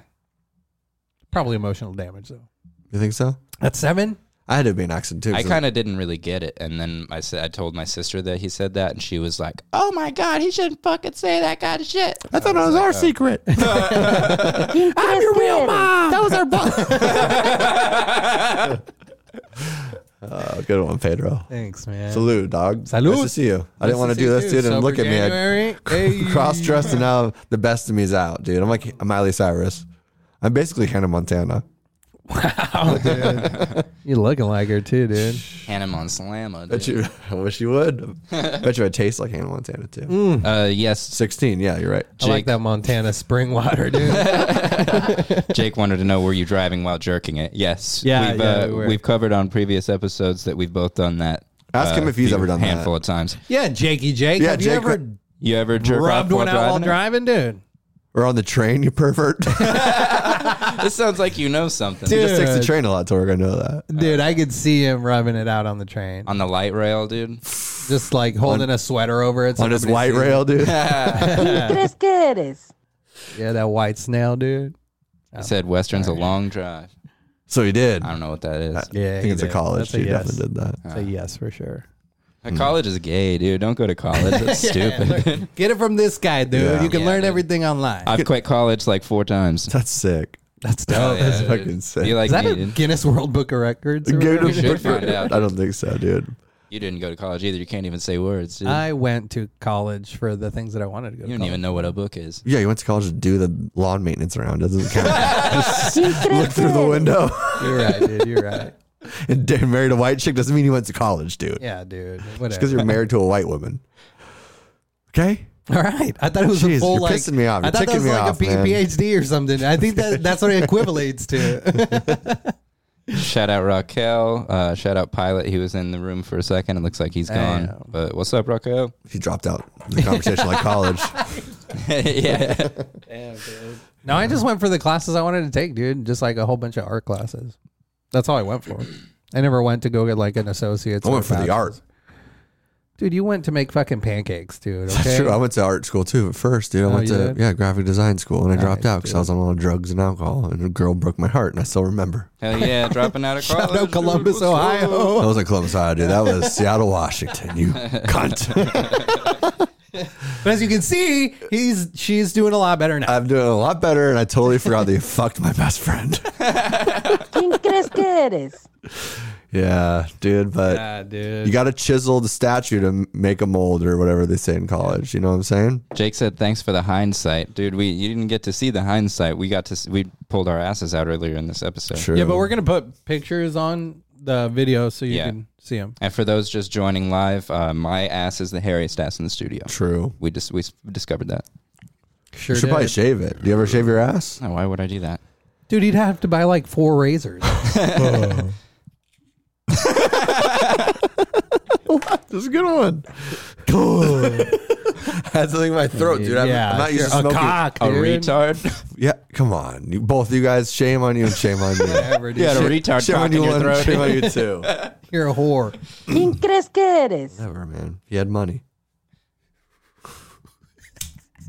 Probably emotional damage, though.
You think so?
At seven?
I had to be an accident too.
I
'cause
kind of didn't really get it, and then I said I told my sister that he said that, and she was like, "Oh my god, he shouldn't fucking say that kind of shit."
I thought it was our secret.
¿Quién
Ah,
crees que eres?
That was our bond.
oh, good one, Pedro.
Thanks, man.
Salute, dog.
Salute.
Nice to see you. I didn't want to do this, dude. And look at me. I-
me. Hey.
cross dressed and now the best of me's out, dude. I'm like Miley Cyrus. I'm basically Hannah Montana.
You're looking like her too, dude.
Hannah Montana.
Bet you, I wish you would. Bet you I taste like Hannah Montana too.
Uh, yes.
16, yeah, you're right.
I
Jake.
like that Montana spring water, dude.
Jake wanted to know were you driving while jerking it? Yes.
Yeah,
We've,
yeah,
uh,
we were.
we've covered on previous episodes that we've both done that.
Ask him if he's
few-
ever done that.
handful of times.
yeah, Jakey Jake.
Yeah,
have you
Jake-
ever
You ever jerk
rubbed
off
one out while
it?
driving, dude?
Or on the train, you pervert. he
This sounds like you know something.
Dude.
just takes the train a lot to work. I know that.
Dude, I could see him rubbing it out on the train,
On the light rail, dude.
just like holding a sweater over it. so
on his
nobody
white
sees.
rail, dude.
¿Quién crees que eres?
Yeah, that white snail, dude. Oh.
I said Western's a long drive.
so he did.
I
I
don't know what that is.
Yeah,
think it's a college.
That's
He
a yes.
definitely did that.
It's a yes for sure.
Uh, College is gay, dude. Don't go to college. That's stupid.
Get it from this guy, dude.
Yeah.
You can
Yeah,
learn
dude.
everything online.
I've quit college like four times.
That's sick.
That's dope.
Oh, That's
dude.
fucking sick.
You like
Is that
me,
a
dude.
Guinness World Book of Records? or
Go
whatever?
to
should
Book-
find out.
I don't think so, dude.
You didn't go to college either. You can't even say words. Dude.
I went to college for the things that I wanted to go to
you don't
college.
even know what a book is.
Yeah, you went to college to do the lawn maintenance around. Doesn't count.
¿Quién crees que
Through the
eres?
window.
You're right, dude. You're right.
and da- married a white chick doesn't mean you went to college, dude.
Yeah, dude.
Because
Whatever.
you're married to a white woman. Okay?
All right. I thought it was
Jeez,
a full
you're
like.
pissing me off.
I
You're
thought that
ticking
was
me
like
off,
a P-
man.
PhD or something. I think that that's what it equivalates to.
Shout out Raquel. Uh, shout out Pilot. He was in the room for a second. It looks like he's gone.
Damn.
But what's up, Raquel?
He dropped out of the conversation like college.
yeah.
no, I just went for the classes I wanted to take, dude. Just like a whole bunch of art classes. That's all I went for. I never went to go get like an associate's.
I
or
went for the
bachelor's.
art.
Dude, you went to make fucking pancakes, dude. Okay?
That's true. I went to art school too at first, dude. I
Oh,
went
you
to
did?
yeah graphic design school, and I dropped
Nice,
out because I was on all drugs and alcohol, and a girl broke my heart, and I still remember.
Hell yeah. Dropping out of college.
Shout out Columbus,
That
Ohio.
was a Columbus, Ohio, dude. That was Seattle, Washington. You cunt.
But as you can see, he's she's doing a lot better now.
I'm doing a lot better, and I totally forgot that you fucked my best friend.
¿Quién crees que eres?
yeah, dude. But
dude.
you got to chisel the statue to m- make a mold or whatever they say in college. You know what I'm saying?
Jake said, "Thanks for the hindsight, dude. We you didn't get to see the hindsight. We got to s- we pulled our asses out earlier in this episode.
True.
Yeah, but we're gonna put pictures on the video so you
Yeah.
can see him.
And for those just joining live, uh, my ass is the hairiest ass in the studio.
true.
We just we s- discovered that.
Sure,
You should probably shave it. Do you ever shave your ass?
Oh, why would I do that?
dude. He'd have to buy like four razors.
This is a good one. That's the thing in my throat, dude. I'm,
yeah,
I'm not used to
sure. a
smoking.
cock,
A
dude.
retard.
Yeah, come on. You, both of you guys, shame on you and shame on you.
Whatever, dude.
You had a retard
shame
cock
on
in
you
your
one,
throat.
shame on you two.
You're a whore.
¿Quién crees que eres?
Never, man. If you had money.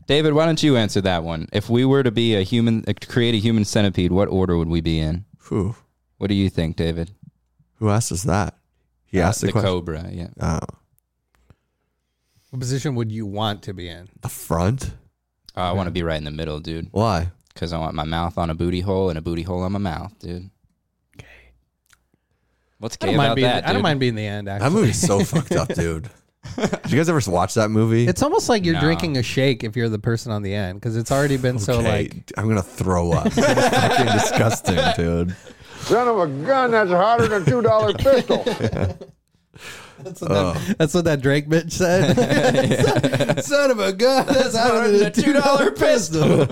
David, why don't you answer that one? If we were to be a human, uh, to create a human centipede, what order would we be in?
Whew.
What do you think, David?
Who asked us that?
Uh,
He asked the,
the
question.
cobra. Yeah.
Oh,
What position would you want to be in?
the front?
Oh, I want to be right in the middle, dude,
Why?
because I want my mouth on a booty hole and a booty hole on my mouth, dude. What's
I
gay
don't mind
about
being.
that?
I don't
dude?
mind being the end. Actually,
That movie's so fucked up, dude. Did you guys ever watch that movie?
it's almost like you're
No.
drinking a shake if you're the person on the end because it's already been so
Okay,
like.
I'm gonna throw up. It's fucking disgusting, dude.
Son of a gun, that's hotter than a two dollar pistol.
Oh.
That's what that Drake bitch said. son, son of a gun. That's out of the two dollar pistol.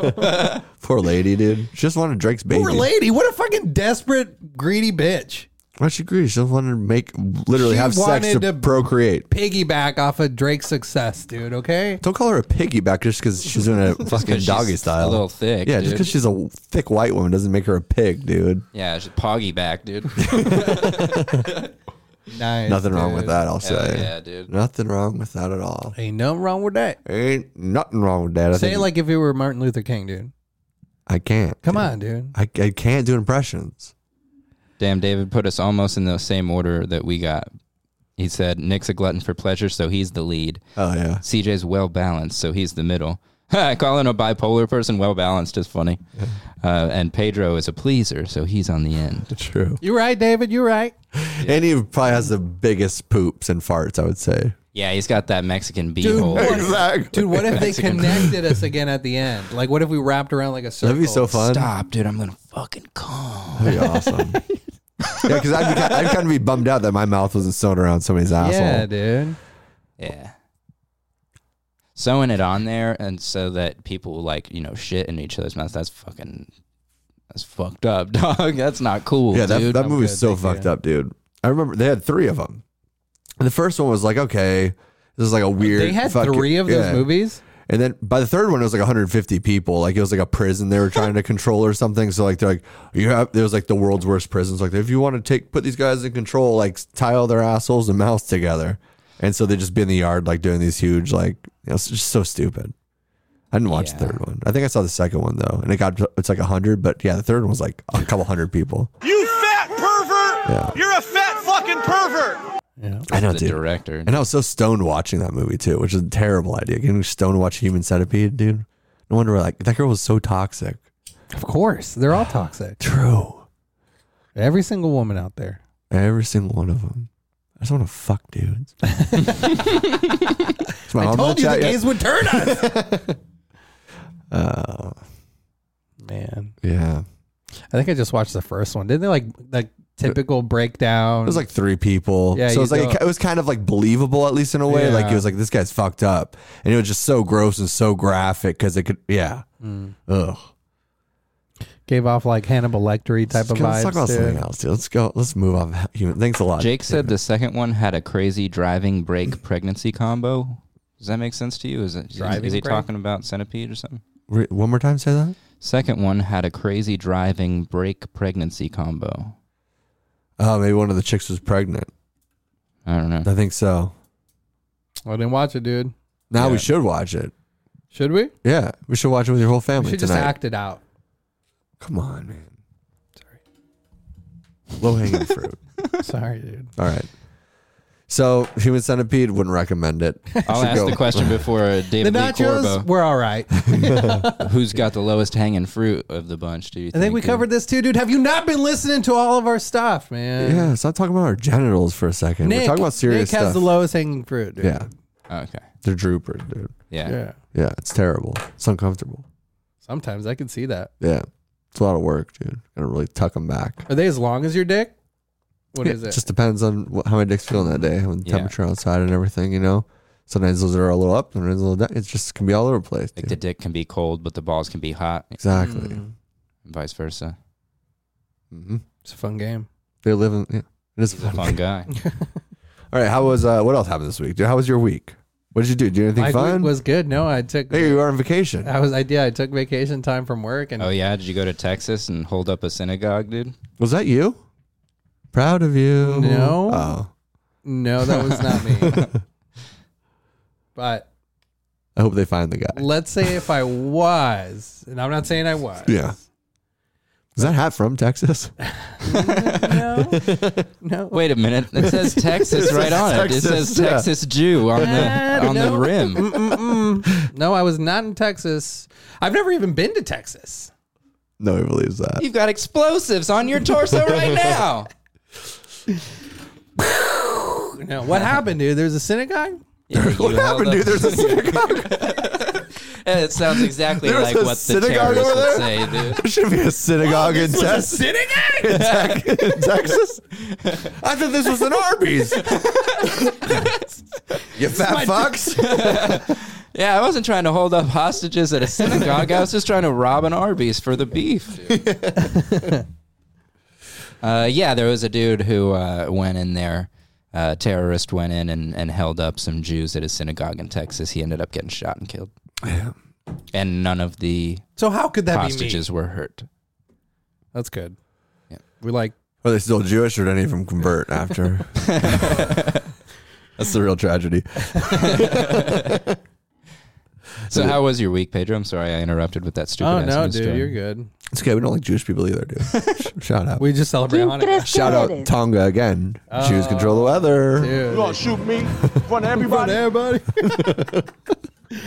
Poor lady, dude. She just wanted Drake's baby.
Poor lady. What a fucking desperate, greedy bitch.
Why'd she agree? She just wanted to make literally
She
have sex to,
wanted to-
procreate.
Piggyback off of Drake's success, dude. Okay.
Don't call her a piggyback just because she's doing a fucking
'Cause she's
doggy style.
A little thick.
yeah,
dude.
just because she's a thick white woman doesn't make her a pig, dude.
Yeah, she's poggy back, dude.
Nice.
Nothing wrong with
dude.
that, I'll
Hell
say.
yeah, dude.
Nothing wrong with that at all.
Ain't nothing wrong with that.
Ain't nothing wrong with that. I
Say
think
it like if you were Martin Luther King, dude.
I can't.
Come
dude.
on, dude.
I, I can't do impressions.
Damn, David put us almost in the same order that we got. He said Nick's a glutton for pleasure, so he's the lead.
Oh yeah.
CJ's well balanced, so he's the middle. Calling a bipolar person well balanced is funny. Uh, and Pedro is a pleaser, so he's on the end.
True.
You're right, David. You're right.
And he probably has the biggest poops and farts, I would say.
Yeah, he's got that Mexican
Dude,
beehole.
what-
Exactly.
Dude, what if they connected us again at the end? Like, what if we wrapped around like a circle?
That'd be so fun.
Stop, dude. I'm going to fucking come.
That'd be awesome. yeah, because I'd, be ki- I'd kind of be bummed out that my mouth wasn't sewn around somebody's asshole.
Yeah, dude.
Yeah. Sewing it on there and so that people like, you know, shit in each other's mouth. That's fucking, that's fucked up, dog. That's not cool,
Yeah, that,
dude.
that movie's
good,
so
thank
fucked
you.
up, dude. I remember they had three of them. And the first one was like, okay, this is like a weird.
They had
fucking-
three of those
yeah.
movies.
And then by the third one, it was like 150 people. Like it was like a prison they were trying to control or something. So like they're like, you have there was like the world's worst prisons. Like if you want to take put these guys in control, like tie all their assholes and mouths together. And so they just be in the yard like doing these huge like you know, it's just so stupid. I didn't watch the
Yeah.
third one. I think I saw the second one though, and it got it's like hundred. But yeah, the third one was like a couple hundred people.
You fat pervert!
Yeah.
You're a fat fucking pervert!
I know,
the
dude.
director.
And I was so stoned watching that movie too, which is a terrible idea. Getting stoned to watch Human Centipede, dude. No wonder like that girl was so toxic.
Of course, they're all toxic.
True.
Every single woman out there.
Every single one of them. I just want to fuck dudes. Is my
I
mom in
told you the
chat yet?
gays would turn us.
Uh,
Man,
yeah.
I think I just watched the first one. Didn't they like like typical breakdown?
It was like three people.
Yeah,
so
you
it was like
don't-
it was kind of like believable at least in a way. Like
Yeah.
it was like this guy's fucked up, and it was just so gross and so graphic because it could. Yeah.
Mm.
Ugh.
gave off like Hannibal Lecter type of
Let's go-
vibes.
Let's talk about
dude.
something else, dude. Let's go. Let's move on. Human. Thanks a lot.
Jake said the second one had a crazy driving
Mm.
break pregnancy combo. Does that make sense to you? Is it is
Driving
is he
break?
talking about centipede or something?
Re- one more time. Say that.
Second one had a crazy driving break pregnancy combo.
Oh, maybe one of the chicks was pregnant.
I don't know.
I think so.
I Oh, didn't watch it, dude.
Now we
Yeah.
should watch it.
Should we?
Yeah, we should watch it with your whole
We
family
should
tonight.
just act it out.
Come on, man. Sorry. Low hanging fruit.
Sorry, dude.
All right. So, Human Centipede wouldn't recommend it.
I'll
Should
ask
go-
the question before uh,
The
David Lee
nachos
Corbo.
were all right.
Who's got the lowest hanging fruit of the bunch? Do you?
I think we covered this too, dude. Have you not been listening to all of our stuff, man?
Yeah, stop talking about our genitals for a second.
Nick,
We're talking about serious
Nick has
stuff.
the lowest hanging fruit, dude.
yeah,
uh, Okay.
they're droopers, dude.
Yeah.
Yeah.
Yeah, it's terrible. It's uncomfortable.
Sometimes I can see that.
Yeah, it's a lot of work, dude. Gotta really tuck them back.
Are they as long as your dick? What
Yeah,
is
Just depends on what, how my dick's feeling that day, when the
Yeah.
temperature outside and everything. You know, sometimes those are a little up, sometimes a little down. It just can be all over the place.
Like
dude.
the dick can be cold, but the balls can be hot, and
exactly.
vice versa.
hmm
It's a fun game.
They live in. Yeah, it is
He's a
fun.
fun guy.
All right, how was uh, what else happened this week, dude? How was your week? What did you do? Did you do anything
My
fun?
week was Uh, good. No, I took.
hey, you are on vacation.
I was. I did. I took vacation time from work, and
Oh yeah, did you go to Texas and hold up a synagogue, dude?
Was that you? Proud of you.
No.
Oh,
no, that was not me. but
I hope they find the guy.
let's say if I was, and I'm not saying I was.
Yeah. Is that hat from Texas?
No. No.
Wait a minute, it says Texas right on it. It
Texas,
says
yeah.
Texas Jew on the on the rim.
Mm-mm-mm. No, I was not in Texas. I've never even been to Texas.
Nobody believes that.
You've got explosives on your torso right now.
No, what happened, dude? There's a synagogue.
What happened, dude? There's a synagogue.
It sounds exactly
There was
like
a
what the
synagogue
terrorists
over
would
there?
say, dude.
there should be a synagogue
Oh,
in, Tex- in Tex- in Texas. I thought this was an Arby's. you fat fucks.
Yeah, I wasn't trying to hold up hostages at a synagogue. I was just trying to rob an Arby's for the beef. dude. uh, yeah, there was a dude who uh, went in there. Uh, terrorist went in and, and held up some Jews at a synagogue in Texas. He ended up getting shot and killed. And none of the
So how could that be me?
hostages were hurt.
That's good.
Yeah.
We like
Are they still Jewish or did any of them convert after? That's the real tragedy.
So, how was your week, Pedro? I'm sorry I interrupted with that stupid.
Oh
ass
no,
news
dude,
story.
you're good.
It's okay. We don't like Jewish people either, dude. Shout out.
We just celebrate
¿Quién
Hanukkah.
crees
Shout
que
out
eres?
Tonga again. Jews control the weather.
Dude,
Gonna shoot me in front of
Fun
everybody?
to everybody.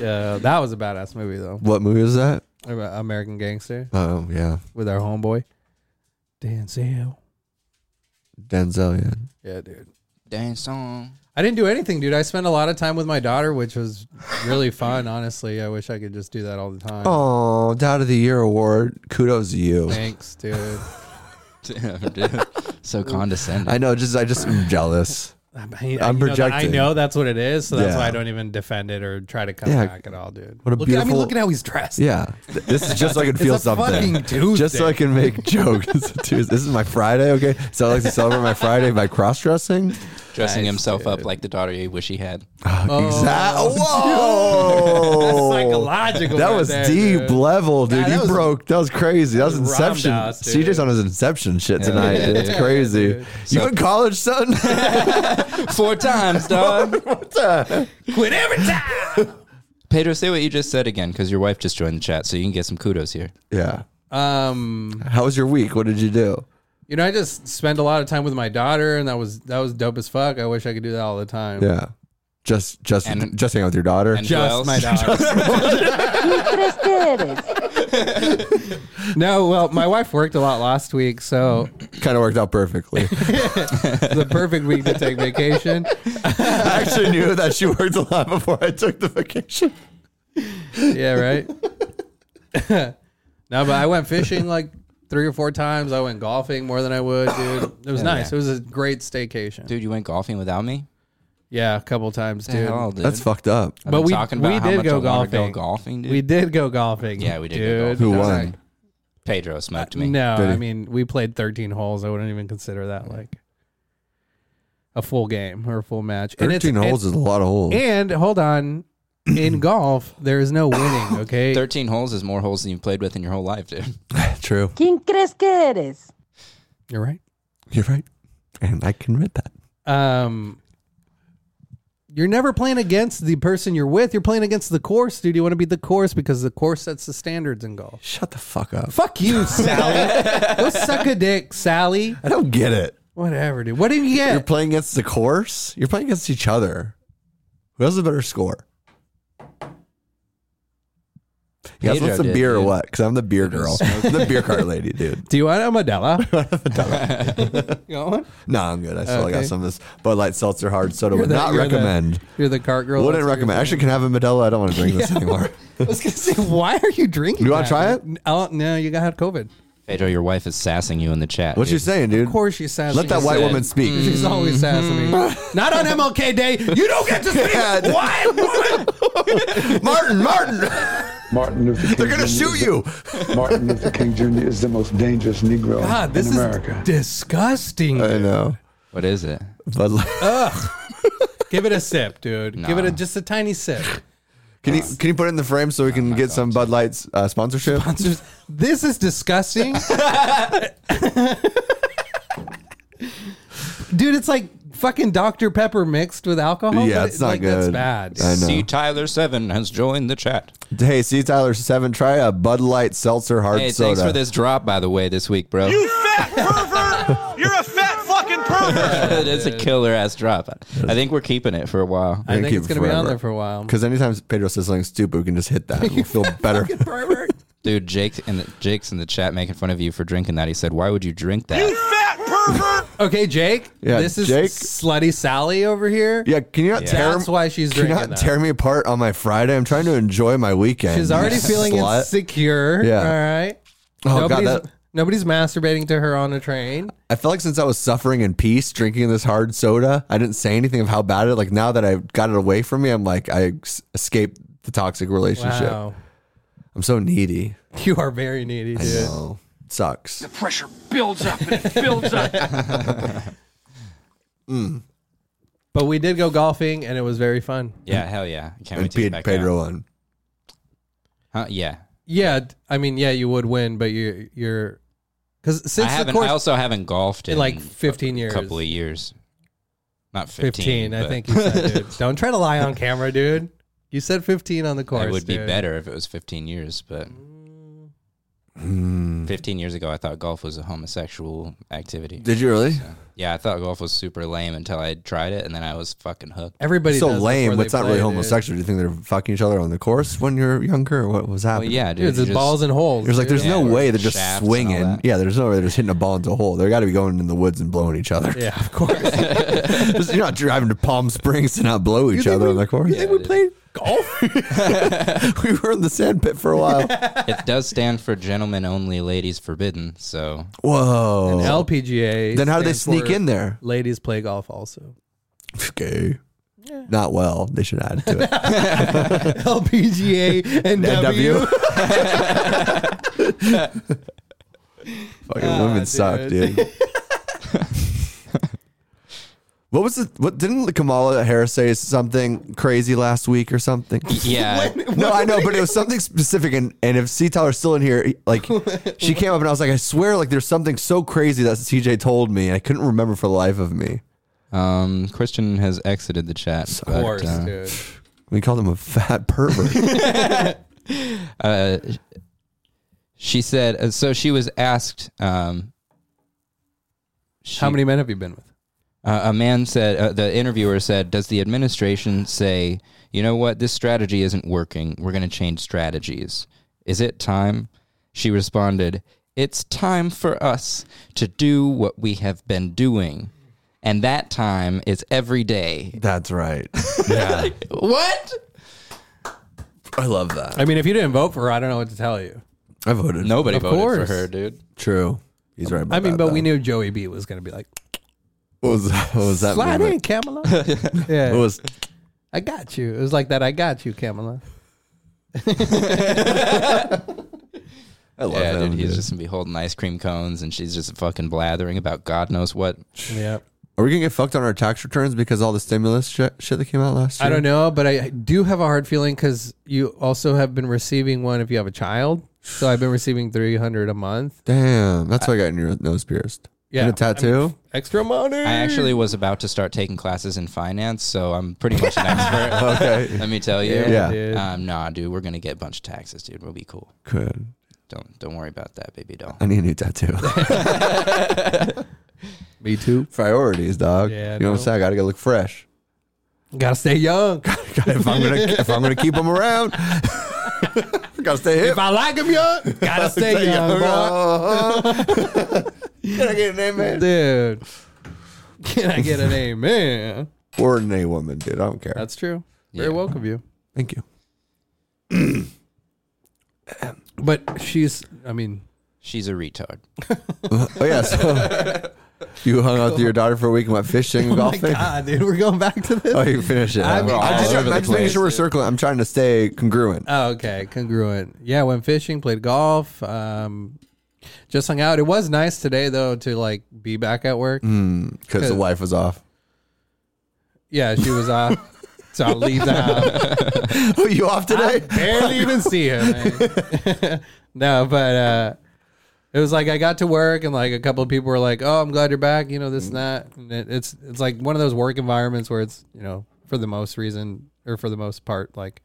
yeah, that was a badass movie though.
What movie was that?
About American Gangster
Oh yeah,
with our homeboy Denzel.
Denzel. Yeah.
Yeah, dude.
Dang song.
I didn't do anything, dude. I spent a lot of time with my daughter, which was really fun. Honestly, I wish I could just do that all the time.
Oh, Dad of the Year award. Kudos to you.
Thanks, dude.
Damn, dude. so condescending.
I know. Just I just am jealous.
I mean,
I'm
you know that- I
projecting.
know that's what it is, so that's
Yeah.
why I don't even defend it or try to come
Yeah.
back at all, dude.
What a
look at, I mean,
beautiful-
look at how he's dressed.
Yeah, Th- this is just so I can feel
a
something.
fucking Tuesday.
Just so I can make jokes. It's a Tuesday. this is my Friday. Okay, so I like to celebrate my Friday by cross dressing.
Dressing himself up like the daughter he wish he had.
exactly.
Oh. That's
Whoa.
psychological.
That
right
was
there,
deep
dude.
level, dude.
Yeah, that
he
was-
broke. That was crazy. That was
was
Inception.
Ramdas, dude.
CJ's on his Inception shit tonight.
Yeah,
it's
dude.
crazy.
dude.
You
So-
in college, son?
Four times, dog.
what the?
Quit every time.
Pedro, say what you just said again, because your wife just joined the chat, so you can get some kudos here.
Yeah.
Um,
How was your week? What did you do?
you know, I just spent a lot of time with my daughter, and that was that was dope as fuck. I wish I could do that all the time.
Yeah. Just, just,
And-
just hang out with your daughter.
And
Just
who else?
my daughter.
¿Quién crees que eres?
no, well, my wife worked a lot last week, so
kind of worked out perfectly.
the perfect week to take vacation.
I actually knew that she worked a lot before I took the vacation.
Yeah, right. no, but I went fishing like three or four times. I went golfing more than I would, dude. It was nice. It was a great staycation.
Dude, you went golfing without me?
Yeah, a couple times, dude.
Hell, dude.
That's fucked up.
I've
But
been
we-
talking
we
about how
did
much
go
I wanna
golfing.
Go golfing, dude.
We did go golfing.
Yeah, we did go
Dude.
golfing.
Who
That was
won?
like- Pedro smoked me.
Uh, No,
Did he?
I mean we played 13 holes. I wouldn't even consider that like a full game or a full match. And it's-
Thirteen holes
And,
is a lot of holes.
and hold on, in golf there is no winning. Okay,
Thirteen holes is more holes than you've played with in your whole life, dude.
True.
¿Quién crees que eres?
you're right.
You're right, and I can admit that.
Um, you're never playing against the person you're with. You're playing against the course, dude. You want to beat the course because the course sets the standards in golf.
Shut the fuck up.
Fuck you, Sally. Go suck a dick, Sally.
I don't get it.
Whatever, dude. What did you
You're
get?
playing against the course. You're playing against each other. Who has a better score? You guys
Pedro
want some
did,
beer or
dude.
what? Because I'm the beer girl, I'm the beer cart lady, dude.
Do you want a Modelo? Going?
No, I'm good. I still I got
Okay.
some of this Bud Light seltzer hard soda. Would
the-
not
you're the-
recommend.
You're the cart girl.
Wouldn't
that's what you're
recommend. Actually, can I have a Modelo. I don't want to drink this anymore.
I was gonna say, why are you drinking?
You wanna
that?
try it?
Oh no, you got COVID.
Pedro, your wife is sassing you in the chat.
What you
dude.
saying, dude?
Of course, you sassy.
Let that white
said-
woman speak. Mm.
She's always sassy. me. Not on MLK Day. You don't get to speak.
Yeah.
White woman.
Martin, Martin,
Martin Luther King.
they're gonna
Jr.
shoot
is
you.
the- Martin Luther King Jr. is the most dangerous Negro
God, Ah, this
in
is
America.
disgusting.
I know,
What is it?
but like,
Oh Give it a sip, dude. Give it a, just a tiny sip.
can you can you put it in the frame
Oh
so we can get some Bud Light's uh, sponsorship?
Just- This is disgusting. dude, it's like fucking Dr. Pepper mixed with alcohol.
Yeah,
but
it's
it-
not
like,
good.
That's
I
bad.
know.
See, Tyler Seven has joined the chat.
Hey, see Tyler Seven, try a Bud Light seltzer hard
Hey,
soda.
thanks for this drop, by the way, this week, bro.
You fat pervert! You're a fat fucking pervert!
it is a killer ass drop. I think we're keeping it for a while.
I
Gonna
think
keep
it's
it
going to be on
forever.
there for a while.
Because anytime Pedro says something stupid, we can just hit that. and We'll feel better.
Pervert.
Dude, Jake and Jake's in the chat making fun of you for drinking that. He said, "Why would you drink that?"
You fat pervert!
Okay, Jake.
Yeah,
this is
Jake-
slutty Sally over here.
Yeah, can you not tear?
That's why she's
Can you
drinking
not
that.
tear me apart on my Friday? I'm trying to enjoy my weekend.
She's already
you
feeling
slut.
insecure.
Yeah.
All right.
Oh god,
nobody's,
that,
nobody's masturbating to her on a train.
I felt like since I was suffering in peace, drinking this hard soda, I didn't say anything of how bad it. Like now that I've got it away from me, I'm like I ex- escaped the toxic relationship.
Wow.
I'm so needy.
You are very needy, dude.
Oh, sucks.
Pressure builds up and it builds up.
But we did go golfing and it was very fun.
Yeah, hell yeah! I can't wait
And
to get
Pe-
back
Pedro
out.
won.
Huh? Yeah,
Yeah, d- I mean, yeah, you would win, but you you're because
I
since the
haven't. I
course
also haven't golfed in
in like 15
a
years,
couple of years. Not fifteen.
15, I
but
think you said, dude. Don't try to lie on camera, dude. You said 15 on the course.
It would be
dude.
better if it was fifteen years, but
Hmm.
15 years ago, I thought golf was a homosexual activity.
Did you really?
Yeah, I thought golf was super lame until I tried it, and then I was fucking hooked.
Everybody
so
does before
lame,
they
but it's not really
play, dude.
homosexual. Do you think they're fucking each other on the course when you're younger? or What was
Well,
happening?
yeah,
Dude,
dude.
it's
you
just balls and holes.
There's like,
dude.
there's no
Yeah,
way
or
they're just
shafts and all
swinging.
that.
Yeah, there's no way they're just hitting a ball into a hole. They got to be going in the woods and blowing each other.
yeah, of course.
Just- you're not driving to Palm Springs to not blow each
think
other
we-
on the course.
You think we played golf?
we were in the sand pit for a while.
It does stand for gentlemen only, ladies forbidden. So Oh.
Whoa.
LPGA.
Then how do they
stands
sneak
for
in there?
Ladies play golf also.
Okay. Not well. They should add to it.
LPGA and
NW.
W.
Fucking women suck, Ah, dude. what was it? What didn't Kamala Harris say something crazy last week or something?
yeah,
No, I know, but it was something specific, and, and if C Tyler's still in here, he- like she came up and I was like, I swear, like there's something so crazy that CJ told me, and I couldn't remember for the life of me.
um, Christian has exited the chat. but,
Of course,
uh,
dude.
We called him a fat pervert.
uh, she said uh, so she was asked um, she-
How many men have you been with?
uh, a man said uh, the interviewer said does the administration say you know what this strategy isn't working we're going to change strategies is it time she responded it's time for us to do what we have been doing and that time is every day
That's right. Yeah,
what
I love that.
I mean, if you didn't vote for her, I don't know what to tell you.
I voted.
nobody
Of
voted
course.
for her dude
True. He's right. about
I mean,
that,
but we
though.
knew Joey B was going to be like,
what was what was that?
slide in,
movement?
Kamala.
What
yeah,
was
I got you. It was like that. I got you, Kamala.
I love
yeah,
him,
dude, he's
dude.
just gonna be holding ice cream cones, and she's just fucking blathering about God knows what.
Yeah,
Are we gonna get fucked on our tax returns because all the stimulus sh- shit that came out last year?
I don't know, but I do have a hard feeling because you also have been receiving one if you have a child. So I've been receiving three hundred a month.
Damn, that's why I got your nose pierced.
Yeah,
and a tattoo.
extra money.
I actually was about to start taking classes in finance, so I'm pretty much an expert.
okay,
Let me tell you.
Yeah.
dude.
Um, nah, dude, we're gonna get a bunch of taxes, dude. We'll be cool.
good.
Don't don't worry about that, baby doll.
I need a new tattoo.
me too.
Priorities, dog.
Yeah,
you know what
no.
I'm saying? I gotta look fresh.
Gotta stay young.
if I'm gonna if I'm gonna keep them around, gotta stay hip.
if I like him young, gotta stay young, boy.
Can I get an amen?
dude. Can I get an amen?
Or an A woman, dude. I don't care.
That's true. Very
Yeah.
welcome you.
Thank you.
But she's, I mean,
She's a retard.
Oh yeah. So you hung out with your daughter for a week and went fishing, and
oh my
golfing.
God, dude, we're going back to this.
eh? Oh, you finish it.
I
I'm,
mean,
I'm
all
just,
over
I'm
the
just making
place,
sure we're circling. I'm trying to stay congruent.
Oh, okay, congruent. Yeah, went fishing, played golf, um, just hung out. It was nice today though to like be back at work.
Mm. Because the
Good.
wife was off.
Yeah, she was off, so I'll leave the house.
Are you off today?
Barely even see her. man. no, but uh, it was like I got to work and like a couple of people were like, "Oh, I'm glad you're back," you know, this and that. And it, it's it's like one of those work environments where it's you know for the most reason or for the most part like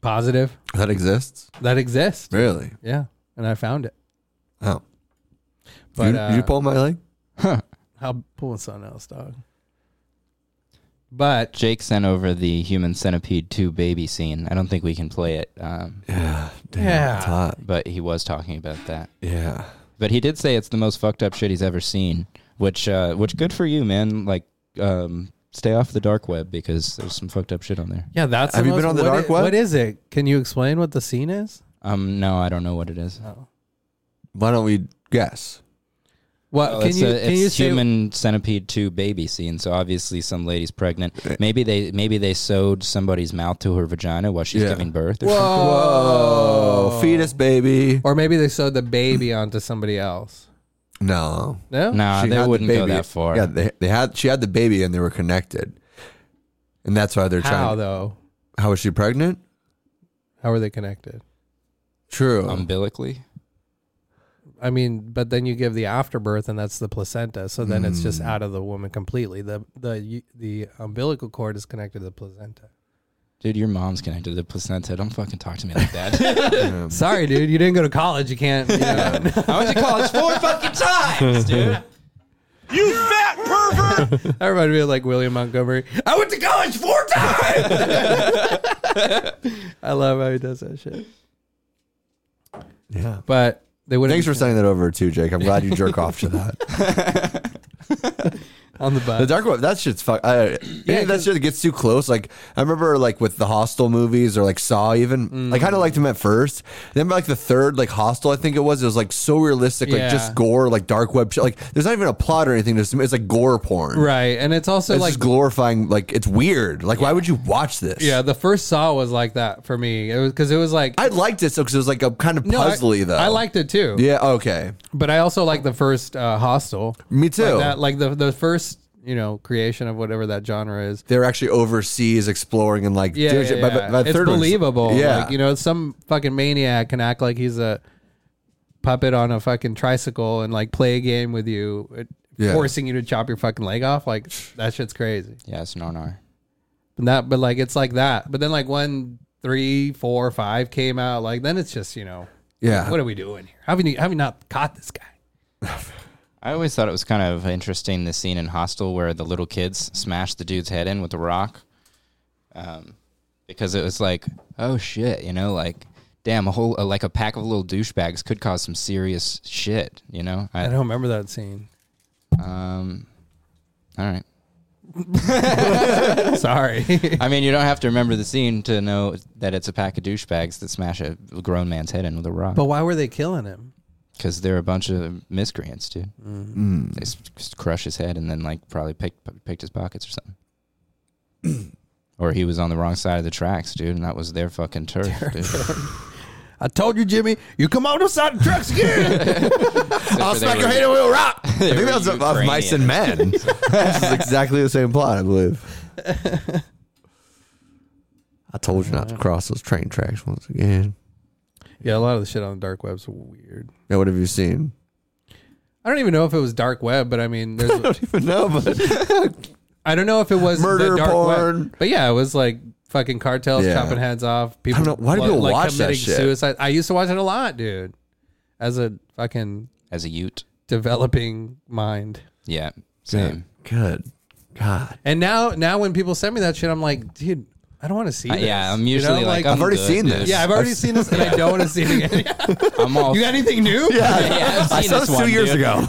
positive
That exists.
that exists.
Really?
Yeah, and I found it.
Oh.
But
you,
uh,
you pull my leg?
I'll pull something else, dog. But
Jake sent over the Human Centipede 2 baby scene. I don't think we can play it, um,
Damn,
Yeah.
It's hot.
but he was talking about that.
Yeah.
But he did say it's the most fucked up shit he's ever seen, which uh, which good for you, man. Like, um, stay off the dark web because there's some fucked up shit on there.
yeah, that's
Have
the
you been
most-
on the
what
dark
i-
web?
What is it? Can you explain what the scene is?
Um, no, I don't know what it is.
Why don't we guess?
What
Oh,
can
it's
you
a,
can you
it's
say?
human centipede two baby scene. So obviously, some lady's
Eh.
pregnant. Maybe they maybe they sewed somebody's mouth to her vagina while she's
Yeah.
giving birth. Or something.
Whoa.
Oh, fetus baby.
Or maybe they sewed the baby onto somebody else.
No.
No,
Nah,
She
they
had the
wouldn't go
baby-
that far.
Yeah, they, they had she had the baby and they were connected. And that's why they're
how
trying.
though?
How was she pregnant?
How are they connected?
True.
umbilically.
I mean, but then you give the afterbirth, and that's the placenta. So then it's
Mm.
just out of the woman completely. The the the umbilical cord is connected to the placenta.
Dude, your mom's connected to the placenta. Don't fucking talk to me like that.
Um.
Sorry, dude. You didn't go to college. You can't. you know.
I went to college four fucking times, dude.
You fat pervert!
Everybody be like William Montgomery. I went to college four times. I love how he does that shit.
Yeah.
But they wouldn't.
Thanks
be
for sending that over too, Jake. I'm glad you jerk off to that.
on the
The
bus.
dark web, that shit's fuck. I, yeah, that
'cause-
shit gets too close. Like I remember, like with the Hostel movies or like Saw, even I
Mm.
kind of liked them at first. Then by like the third, like Hostel, I think it was, it was like so realistic, like
Yeah.
just gore, like dark web shit. Like there's not even a plot or anything. There's it's like gore porn.
Right, and it's also
It's
like
just glorifying. Like it's weird. Like why would you watch this?
yeah, the first Saw was like that for me. It was because it was like
I liked it so because it was like a kind of
No, I-
puzzly though.
I liked it too.
Yeah. Okay.
But I also like the first uh, Hostel.
Me too.
Like, that, like the the first you know creation of whatever that genre is.
They're actually overseas exploring and like
Yeah,
doing
yeah,
shit. By- by-
yeah.
by the
it's
third one's-
believable.
Yeah.
like, you know, some fucking maniac can act like he's a puppet on a fucking tricycle and like play a game with you, it-
Yeah.
forcing you to chop your fucking leg off. Like that shit's crazy.
Yeah, it's no no.
And that, but like it's like that. But then like one, three, four, five came out. Like then it's just you know
yeah.
what are we doing here? How have you how have you not caught this guy?
I always thought it was kind of interesting the scene in Hostel where the little kids smash the dude's head in with a rock, um, because it was like, oh shit, you know, like damn, a whole uh, like a pack of little douchebags could cause some serious shit, you know.
I don't remember that scene.
um, all right.
Sorry.
I mean, you don't have to remember the scene to know that it's a pack of douchebags that smash a grown man's head in with a rock.
but why were they killing him?
Because they're a bunch of miscreants, dude.
Mm.
They s- s- crush his head and then like probably picked picked his pockets or something. or he was on the wrong side of the tracks, dude, and that was their fucking turf, dude. Except
I told you, Jimmy, you come on the side of the trucks again.
I'll
for they
smack
were-
your head and we'll rock. I think
were
that was of, of Mice and Men. this is exactly the same plot, I believe. I told you not to cross those train tracks once again.
yeah, a lot of the shit on the dark web's weird.
Now, what have you seen?
I don't even know if it was dark web, but I mean,
I
there's,
don't even know, but
I don't know if it was the
Murder
dark web.
porn.
But yeah, it was like fucking cartels
Yeah.
chopping heads off. People,
know. Why do people watch that shit?
suicide. I used to watch it a lot, dude, as a fucking
as a Ute.
developing mind.
Yeah, same.
good. God,
And now, now when people send me that shit, I'm like, dude, I don't want to see.
Uh,
This.
yeah, I'm
You know,
usually like,
I've
I'm
already
good,
seen
dude.
this.
yeah, I've already seen this, and I don't want to see it again.
I'm all.
you got anything new?
yeah, I've
I
seen
saw
this
this two
one,
years
dude.
ago.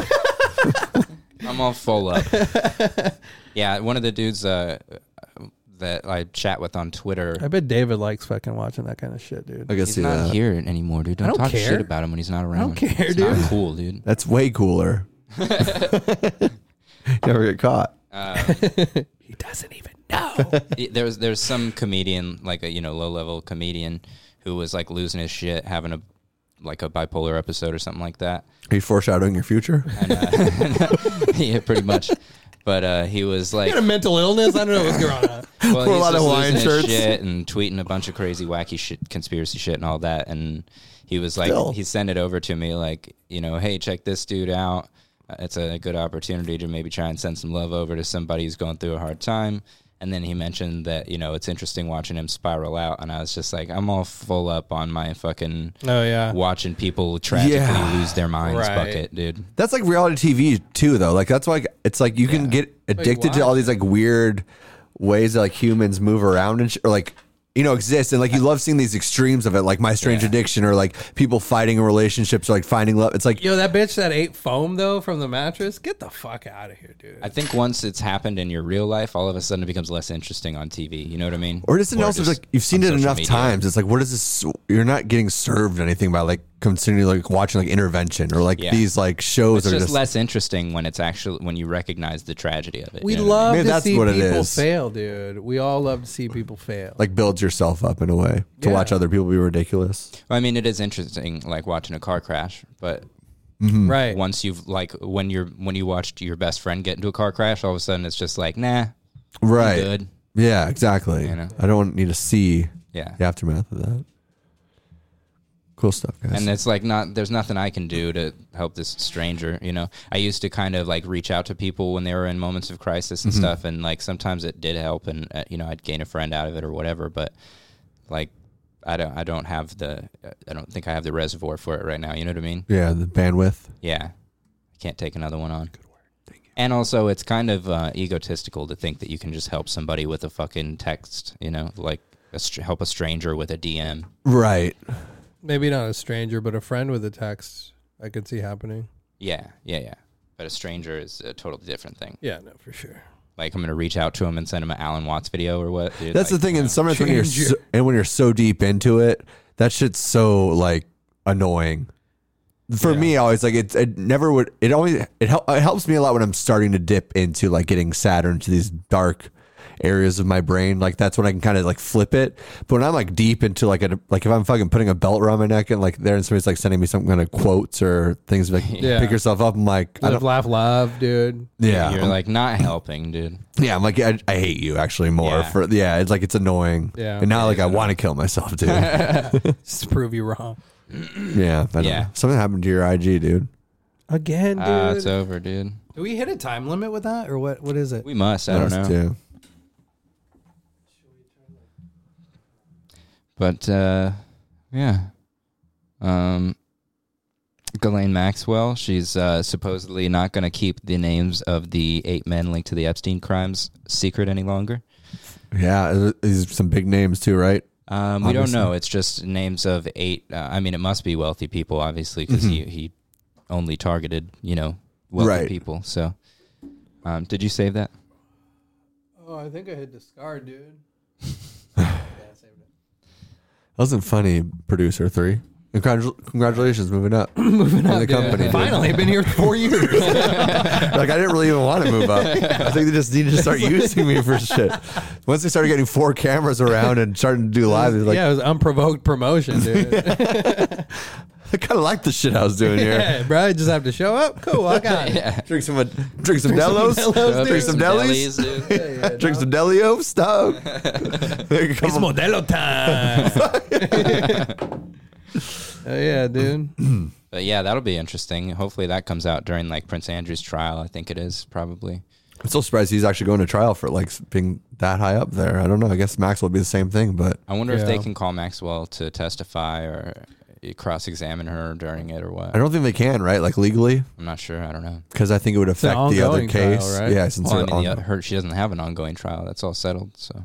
I'm all full up. yeah, one of the dudes uh, that I chat with on Twitter.
I bet David likes fucking watching that kind of shit, dude.
I can
He's
see
not
that.
here anymore, dude. Don't,
don't
talk
care.
shit about him when he's not around.
care,
it's
dude.
Not cool, dude.
That's way cooler. Never get caught.
He doesn't even know.
it- there was there's some comedian like a you know low level comedian who was like losing his shit having a like a bipolar episode or something like that
Are you foreshadowing your future?
yeah pretty much but uh he was like
Got a mental illness? I don't know what's going on.
well,
Wear a
he's
lot of
just
Hawaiian
losing his
shirts.
shit and tweeting a bunch of crazy wacky shit conspiracy shit and all that and he was like
Still.
he sent it over to me like you know hey check this dude out Uh, it's a good opportunity to maybe try and send some love over to somebody who's going through a hard time and then he mentioned that you know it's interesting watching him spiral out and i was just like i'm all full up on my fucking
Oh yeah.
watching people tragically
Yeah.
lose their minds
Right.
bucket dude
That's like reality TV too, though. Like that's why it's like you can get addicted to
why?
all these like weird ways that like humans move around and sh- or like you know exist and like you love seeing these extremes of it, like My Strange Addiction or like people fighting in relationships or like finding love. It's like
Yo, that bitch that ate foam though from the mattress. Get the fuck out of here, dude.
I think once it's happened in your real life, all of a sudden it becomes less interesting on TV. You know what I mean?
or just else
just
like you've seen
on
it
social
enough
media.
times. It's like what is this? You're not getting served anything by like continually like watching like Intervention or like
Yeah.
these like shows
It's
are
just,
just,
less interesting when it's actually when you recognize the tragedy of it.
we
you know what I
love
Maybe
to
that's
see
what it
people
is.
fail, dude. We all love to see people fail.
like builds yourself up in a way to
Yeah.
watch other people be ridiculous.
mean? I mean, it is interesting, like watching a car crash. But
right.
once you've like when you're when you watched your best friend get into a car crash, all of a sudden it's just like, nah,
Right.
good.
Yeah, exactly.
know?
I don't need to see
Yeah.
the aftermath of that. Cool stuff, guys.
and it's like not there's nothing I can do to help this stranger. You know, I used to kind of like reach out to people when they were in moments of crisis and stuff, and like sometimes it did help, and uh, you know I'd gain a friend out of it or whatever. But like I don't I don't have the I don't think I have the reservoir for it right now. You know what I mean?
yeah, the bandwidth.
Yeah, I can't take another one on. Good word. Thank you. And also, it's kind of uh, egotistical to think that you can just help somebody with a fucking text. You know, like a str- help a stranger with a DM.
Right.
Maybe not a stranger, but a friend with a text. I could see happening.
Yeah, yeah, yeah. But a stranger is a totally different thing.
Yeah, no, for sure.
Like I'm gonna reach out to him and send him an Alan Watts video or what? dude,
That's
like,
the thing. And sometimes when you're
Change your-
so, and when you're so deep into it, that shit's so like annoying. For me, always like it. It never would. It always it, hel- it helps me a lot when I'm starting to dip into like getting sad or into these dark areas of my brain. Like that's when I can kind of like flip it. But when I'm like deep into like a like if I'm fucking putting a belt around my neck and like there and somebody's like sending me some kind of quotes or things like
Yeah.
pick yourself up. I'm like I
Live,
don't.
laugh, love, dude.
Yeah,
You're
I'm-
like not helping, dude.
yeah, I'm like I, I hate you actually more
Yeah.
for yeah. It's like it's annoying.
Yeah.
and now like I want to kill myself, dude. yeah,
Just to prove you wrong.
I don't
Yeah.
know. Something happened to your IG, dude.
Again, dude.
Ah, it's over, dude.
Do we hit a time limit with that, or what? What is it?
We must. I don't know.
Us too.
But uh, yeah, um, Ghislaine Maxwell. She's uh, supposedly not going to keep the names of the eight men linked to the Epstein crimes secret any longer.
Yeah, it- it's some big names too, right?
Um, we don't
Obviously.
know. It's just names of eight. Uh, I mean, it must be wealthy people, obviously, because he he only targeted you know wealthy
Mm-hmm. Right.
people. So, um, did you save that?
Oh, I think I hit discard, dude.
That wasn't funny, producer three. Congratu- congratulations, moving up, moving up the company. dude.
Finally, I've been here four years.
like I didn't really even want to move up. I think they just needed to start using me for shit. Once they started getting four cameras around and starting to do live, they're like,
yeah, it was unprovoked promotion, dude.
I kind of like the shit I was doing here.
yeah, bro, I just have to show up. Cool, I got it.
Drink some, uh, drink some Delos,
Delos,
drink some
dude.
delis,
dude.
drink some Delio stuff. Come on.
Modelo time. oh yeah, dude.
but yeah, that'll be interesting. Hopefully, that comes out during like Prince Andrew's trial. I think it is probably.
I'm still surprised he's actually going to trial for like being that high up there. I don't know. I guess Max will be the same thing, but
I wonder if they
Yeah.
can call Maxwell to testify or cross-examine her during it or what.
I don't think they can, right? Like legally,
I'm not sure. I don't know.
because I think it would affect the other
ongoing trial,
case.
right?
Yeah, since
Well, I
it's
mean, the,
on-
oth- her, she doesn't have an ongoing trial. That's all settled. So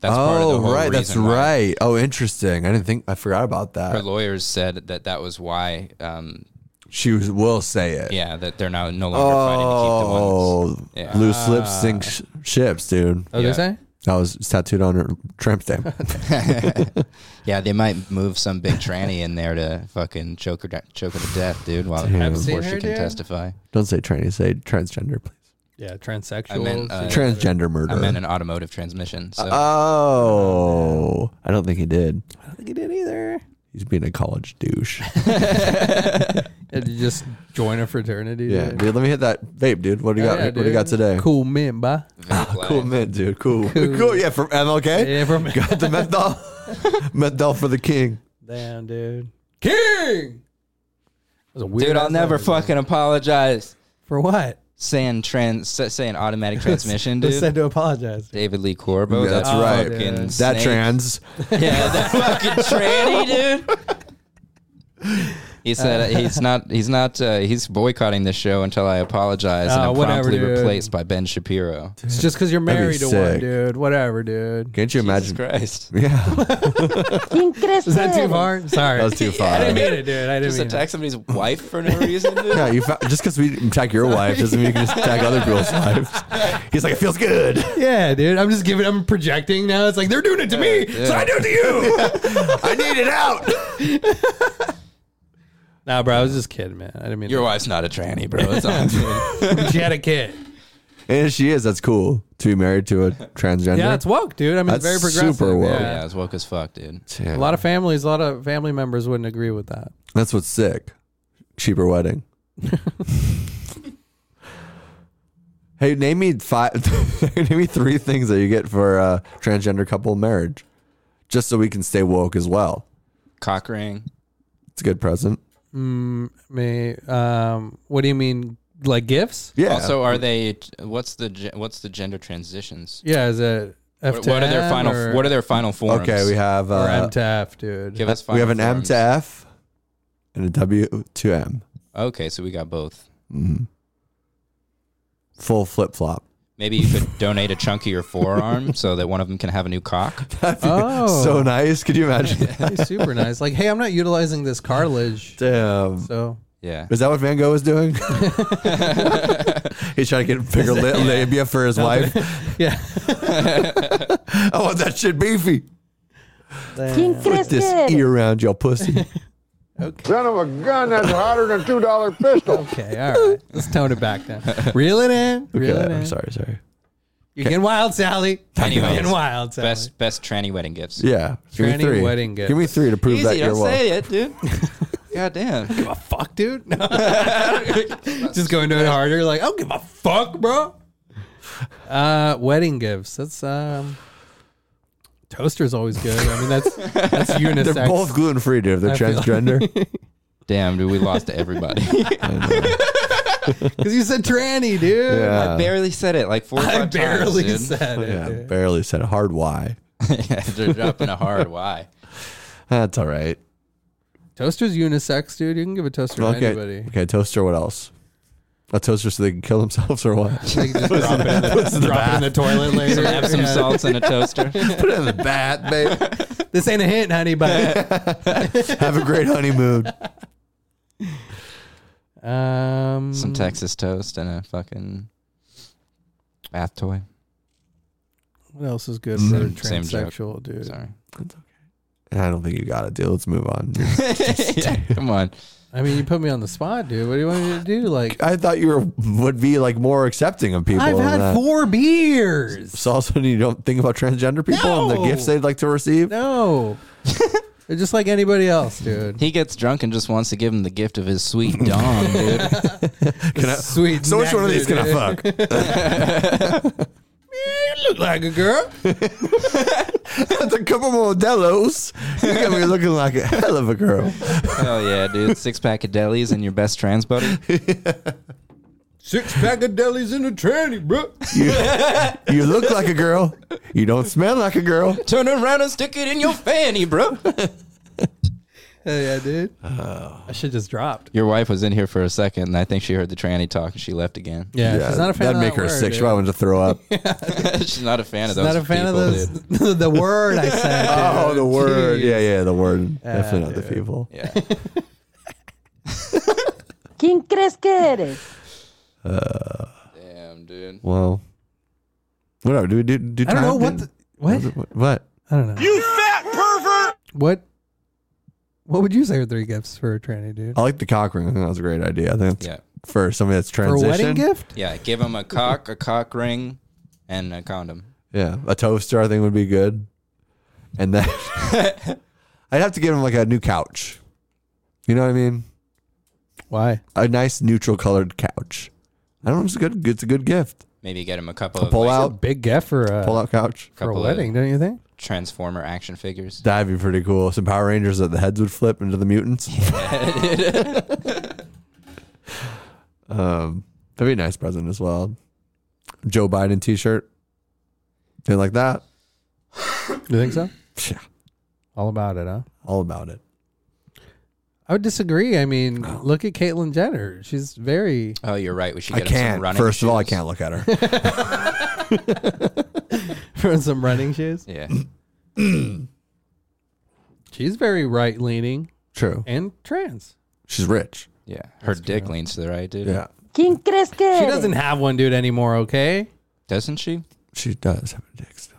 that's part of the
oh
whole
right, that's
reason why
right. Oh, interesting. I didn't think I forgot about
Her
that.
lawyers said that that was why. Um,
She was, will say it.
yeah, that they're now no longer fighting to keep
Oh,
the ones. Yeah.
loose lips
Ah.
sink sh- ships, dude.
Oh,
Yeah.
they say?
That was tattooed on her tramp stamp. Oh.
Yeah, they might move some big tranny in there to fucking choke her, da- choke her to death, dude. While
Damn.
before
Seen
she
her,
can
dude?
testify.
don't say tranny, say transgender, please.
Yeah, transsexual.
I meant, uh,
Transgender
I
murder.
meant an automotive transmission. So
Ah, oh, I don't think he did.
I don't think he did either.
He's being a college douche.
Had to just join a fraternity.
yeah,
dude.
dude. Let me hit that vape, dude. What do you got?
Yeah,
what do you got
dude.
today?
Cool mint, bye.
vape life.
ah, Cool mint, dude. Cool. cool. Yeah, from MLK.
Yeah, from-
got the menthol. menthol for the king.
Damn, dude. King. That was a weird
dude. I'll
ass
never
letter,
fucking apologize.
For what?
Saying trans, saying automatic transmission,
Just said
dude.
to apologize.
David Lee Corbo.
Yeah, that's
that
right.
fucking
That
That
snake.
trans.
Yeah, that fucking tranny, Uh, dude. He said he's not. He's not. Uh, he's boycotting the show until I apologize, and
Oh,
I'm
whatever,
promptly
dude.
replaced by Ben Shapiro.
It's just because you're
That'd be
married to one,
sick.
dude. Whatever, dude.
Can't you
Jesus
imagine?
Christ!
Yeah,
¿Quién crees
Is that
que
too
eres?
far? Sorry.
that was too far.
I didn't mean it, dude. I didn't
Just
mean
attack somebody's wife for no reason, dude.
Yeah, you fa- just because we attack your wife doesn't mean you can just attack other people's wives. He's like, it feels good.
it. Yeah, dude. I'm just giving. I'm projecting now. It's like they're doing it to me, so I do it to you.
I need it out.
nah, bro. I was just kidding, man. I didn't mean.
Your
that.
wife's not a tranny, bro. It's on. dude.
she had a kid.
And if she is, that's cool to be married to a transgender.
Yeah, it's woke, dude. I mean, it's very
That's
progressive.
super woke.
Yeah.
yeah, it's woke as fuck, dude.
Yeah.
A lot of families, a lot of family members wouldn't agree with that.
That's what's sick. Cheaper wedding. hey, name me five. name me three things that you get for a transgender couple marriage, just so we can stay woke as well.
Cock ring.
It's a good present.
May um, what do you mean? Like gifts?
Yeah.
Also, are they? What's the ge- what's the gender transitions?
Yeah, is it F
What
to
what are their
M
final?
or,
What are their final forms?
okay, we have
or M
uh,
to F, dude?
Give us
we have an
final
M
forms.
to F and a W to M.
Okay, so we got both.
Full flip flop.
Maybe you could donate a chunk of your forearm so that one of them can have a new cock.
Oh,
So nice. Could you imagine? that?
That'd be super nice. Like, hey, I'm not utilizing this cartilage,
Damn.
so
Yeah.
Is that what Van Gogh was doing? He's trying to get bigger li- labia for his wife.
yeah.
I want that shit beefy.
¿Quién crees
This
que
E
eres?
around your pussy.
Son of a gun, that's hotter than a $2 pistol.
Okay, all right. Let's tone it back down. Reel it in. Reel
Yeah,
it in.
I'm sorry, sorry.
You're getting wild, Sally. You're
Anyways,
getting wild, Sally.
Best best tranny wedding gifts.
Yeah. Give me
Tranny
three.
wedding
Give me
gifts.
three to prove
Easy,
that
don't
you're well.
say it, dude. God damn.
a fuck, dude. Just going to it harder. Like, I don't give a fuck, bro. Uh, wedding gifts. That's um, toaster's always good. I mean, that's that's unisex.
They're both gluten free, dude. They're
I feel-
transgender.
Damn, dude, we lost everybody.
because you said tranny, dude.
I
yeah.
barely said it like four or
Uh, I
five
barely
times, dude.
said it.
yeah.
dude.
Barely said a hard Y.
They're dropping a hard Y.
That's all right.
Toaster's unisex, dude. You can give a toaster
Okay.
to anybody.
Okay. Toaster. What else? A toaster so they can kill themselves or what?
They can just drop it in the, drop it in the toilet later.
Epsom
Yeah. Mm.
salts in a toaster.
Put it in the bat, babe.
This ain't a hint, honey, but
Have a great honeymoon.
um,
Some Texas toast and a fucking bath toy.
what else is good
Same-
for a
same joke.
transsexual, dude?
Sorry.
I don't think you got it, dude. Let's move on.
Come on.
I mean, you put me on the spot, dude. What do you want me to do? Like,
I thought you were would be like more accepting of people.
I've
than
had
that.
four beers.
So all of a sudden you don't think about transgender people and the
No.
gifts they'd like to receive.
No, they're just like anybody else, dude.
He gets drunk and just wants to give him the gift of his sweet dong, dude.
Can I-
Sweet.
so which one of these can I
neck,
fuck?
dude. Look like a girl.
That's a couple more Modelo's. You got me looking like a hell of a girl.
Hell yeah, dude. Six pack of delis and your best trans buddy.
Six pack of delis in a tranny, bro.
You, you look like a girl. You don't smell like a girl.
Turn around and stick it in your fanny, bro.
Hell yeah, dude.
Oh.
I should just dropped.
Your wife was in here for a second, and I think she heard the tranny talk and she left again.
Yeah, she's not a fan.
that'd
of
make
that
her
word,
sick. She
dude.
probably wanted to throw up.
She's not a fan of those.
Not a fan
people,
of
dude.
those. the word I said.
Oh,
dude.
the word.
Jeez.
Yeah, yeah, the word. Definitely not the people.
Yeah.
¿Quién crees que eres?
Damn, dude.
Well, whatever. Do we do? do
I don't
time?
know what. The, what?
what? What?
I don't know.
You fat pervert!
What? What would you say are three gifts for a tranny, dude?
I like the cock ring. I think that was a great idea. I think that's
Yeah.
for somebody that's
For a
transitioned.
wedding gift?
Yeah. Give him a cock, a cock ring, and a condom.
Yeah, a toaster I think would be good. And then I'd have to give him like a new couch. You know what I mean?
Why?
A nice neutral colored couch. I don't know. It's a good. It's a good gift.
Maybe get him a couple
A
of
pull
like,
out,
Big gift for a
pull out couch.
for a
couple
wedding,
of
don't you think?
Transformer action figures.
That'd be pretty cool. Some Power Rangers that the heads would flip into the mutants. um, that'd be a nice present as well. Joe Biden T-shirt. Thing like that.
You think so?
Yeah,
All about it, huh?
all about it.
I would disagree. I mean, look at Caitlyn Jenner. She's very
Oh, you're right. We should
I
get him some
can't.
running.
First of all, I
shoes.
can't look at her.
from some running shoes.
Yeah.
She's very right leaning
True.
and trans.
She's rich.
Yeah. Her dick leans to the right, dude.
Yeah.
¿Quién crees que eres?
She doesn't have one dude anymore. Okay,
Doesn't she?
She does have a dick still.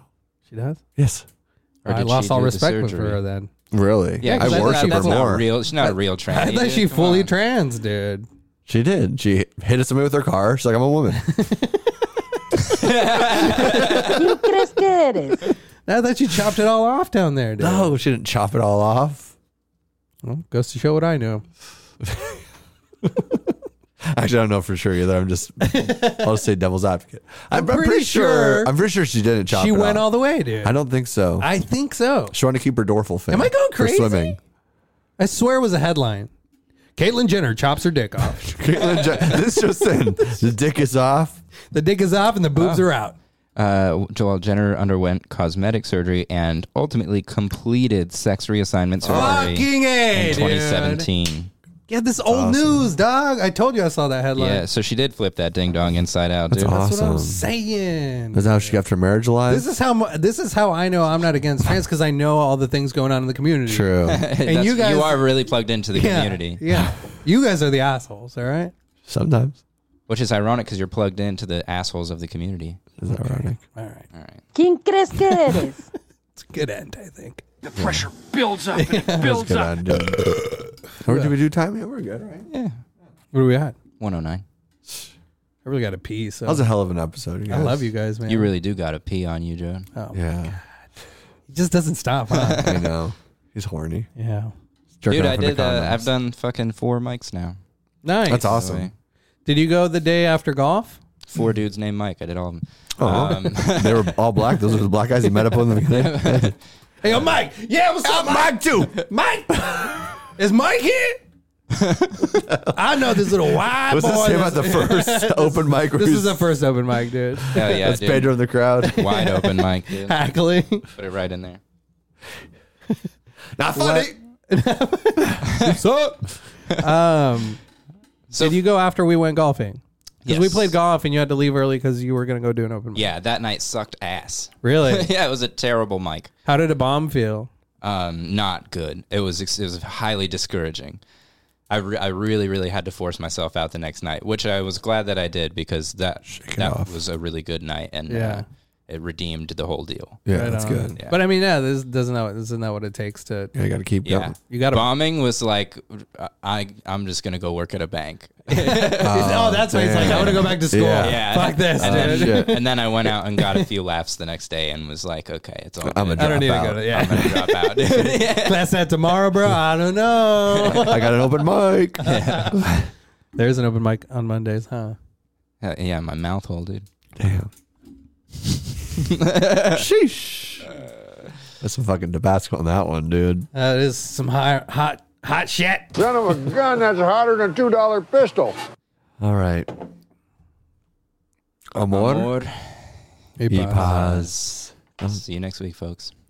she does.
Yes.
Or
I
did
lost
she
all
do the
respect for
surgery?
her then.
Really?
Yeah, 'cause
I
thought
worship her
that's not
more.
Real, she's not a real tranny.
I thought
dude.
she
Come
fully
on.
trans, dude.
She did. She hit somebody with her car. She's like, I'm a woman.
¿Quién crees que eres?
I thought you chopped it all off down there, dude.
no, she didn't chop it all off.
Well, goes to show what I knew.
Actually, I don't know for sure either. I'm just, I'll just say devil's advocate. I'm, I'm
pretty
pretty sure,
sure
I'm pretty sure she didn't chop
she
it
went
off.
all the way, dude.
I don't think so.
I think so.
she wanted to keep her dorsal fin.
Am I going
for
crazy?
swimming.
I swear it was a headline. Caitlyn Jenner chops her dick off.
Caitlyn Jen- this just in. The dick is off.
the dick is off and the boobs are out.
Uh, Joel Jenner underwent cosmetic surgery and ultimately completed sex reassignment surgery
Fucking A,
in
dude.
2017.
Yeah, this old news, dog. I told you I saw that headline.
Yeah, so she did flip that ding dong inside out, dude.
That's what
Awesome.
I'm saying.
Is that how she got her marriage alive?
This is how mu- this is how I know I'm not against trans because I know all the things going on in the community.
True.
That's-
you guys-
you are really plugged into the
Yeah,
community,
Yeah. You guys are the assholes, all right?
Sometimes.
which is ironic because you're plugged into the assholes of the community.
Is that ironic?
All right.
¿Quién crees que eres?
It's a good end, I think.
The pressure builds up and it builds
Good
up.
idea. Or did we do time? Yeah, we're good, right?
Yeah,
Where are we at?
109.
I really got to pee. So
That was a hell of an episode.
I love you guys, man.
You really do got a pee on you, Joe.
Oh,
Yeah,
It just doesn't stop. Huh?
I know. He's horny.
yeah.
Jerking
Dude,
off
I
in the
did. Uh,
condoms.
I've done fucking four mics now.
Nice.
That's
So
awesome.
I-
Did you go the day after golf?
Four dudes named Mike. I did all of them. Um,
Oh, they were all black. Those were the black guys he met up with in the beginning.
Hey, I'm Mike. Yeah, what's up, Mike? too. Mike. Is Mike here? I know this little wide
Was
boy.
this him at the
that's-
first open mic? where
this is
he's-
the first open mic, dude.
Hell yeah,
That's
dude.
Pedro in the crowd.
Wide open mic, dude.
Hackling.
Put it right in there.
Not funny.
so, um,
So-
did you go after we went golfing? Because we
Yes.
played golf and you had to leave early because you were going to go do an open mic.
Yeah, that night sucked ass.
Really?
yeah, it was a terrible mic.
How did a bomb feel?
Um, not good. It was it was highly discouraging. I, re- I really really had to force myself out the next night, which I was glad that I did because that that
off.
was a really good night and
Yeah.
uh, it redeemed the whole deal.
Yeah,
Right
that's
on.
good.
Yeah.
But I mean, yeah, this doesn't that isn't that what it takes to?
Yeah, you got to keep
Yeah,
going.
You gotta-
bombing was like uh, I I'm just gonna go work at a bank.
oh, that's why he's like, I want to go back to school.
Yeah.
Yeah.
Fuck this, dude.
And then, and then I went out and got a few laughs the next day and was like, okay, it's all.
I'm a
good.
I don't
drop
need to go
out.
to
I'm
yeah.
gonna drop out. yeah.
Class that tomorrow, bro. I don't know.
I got an open mic.
There's an open mic on Mondays, huh?
Uh, yeah, my mouth hole, dude.
Damn. Sheesh. That's some fucking Tabasco on that one, dude.
That Uh, is some hot, hot, hot shit.
Son of a gun, that's hotter than a $2 pistol.
All right. Amor.
Amor.
Hey,
Y
Bob.
paz.
See you next week, folks.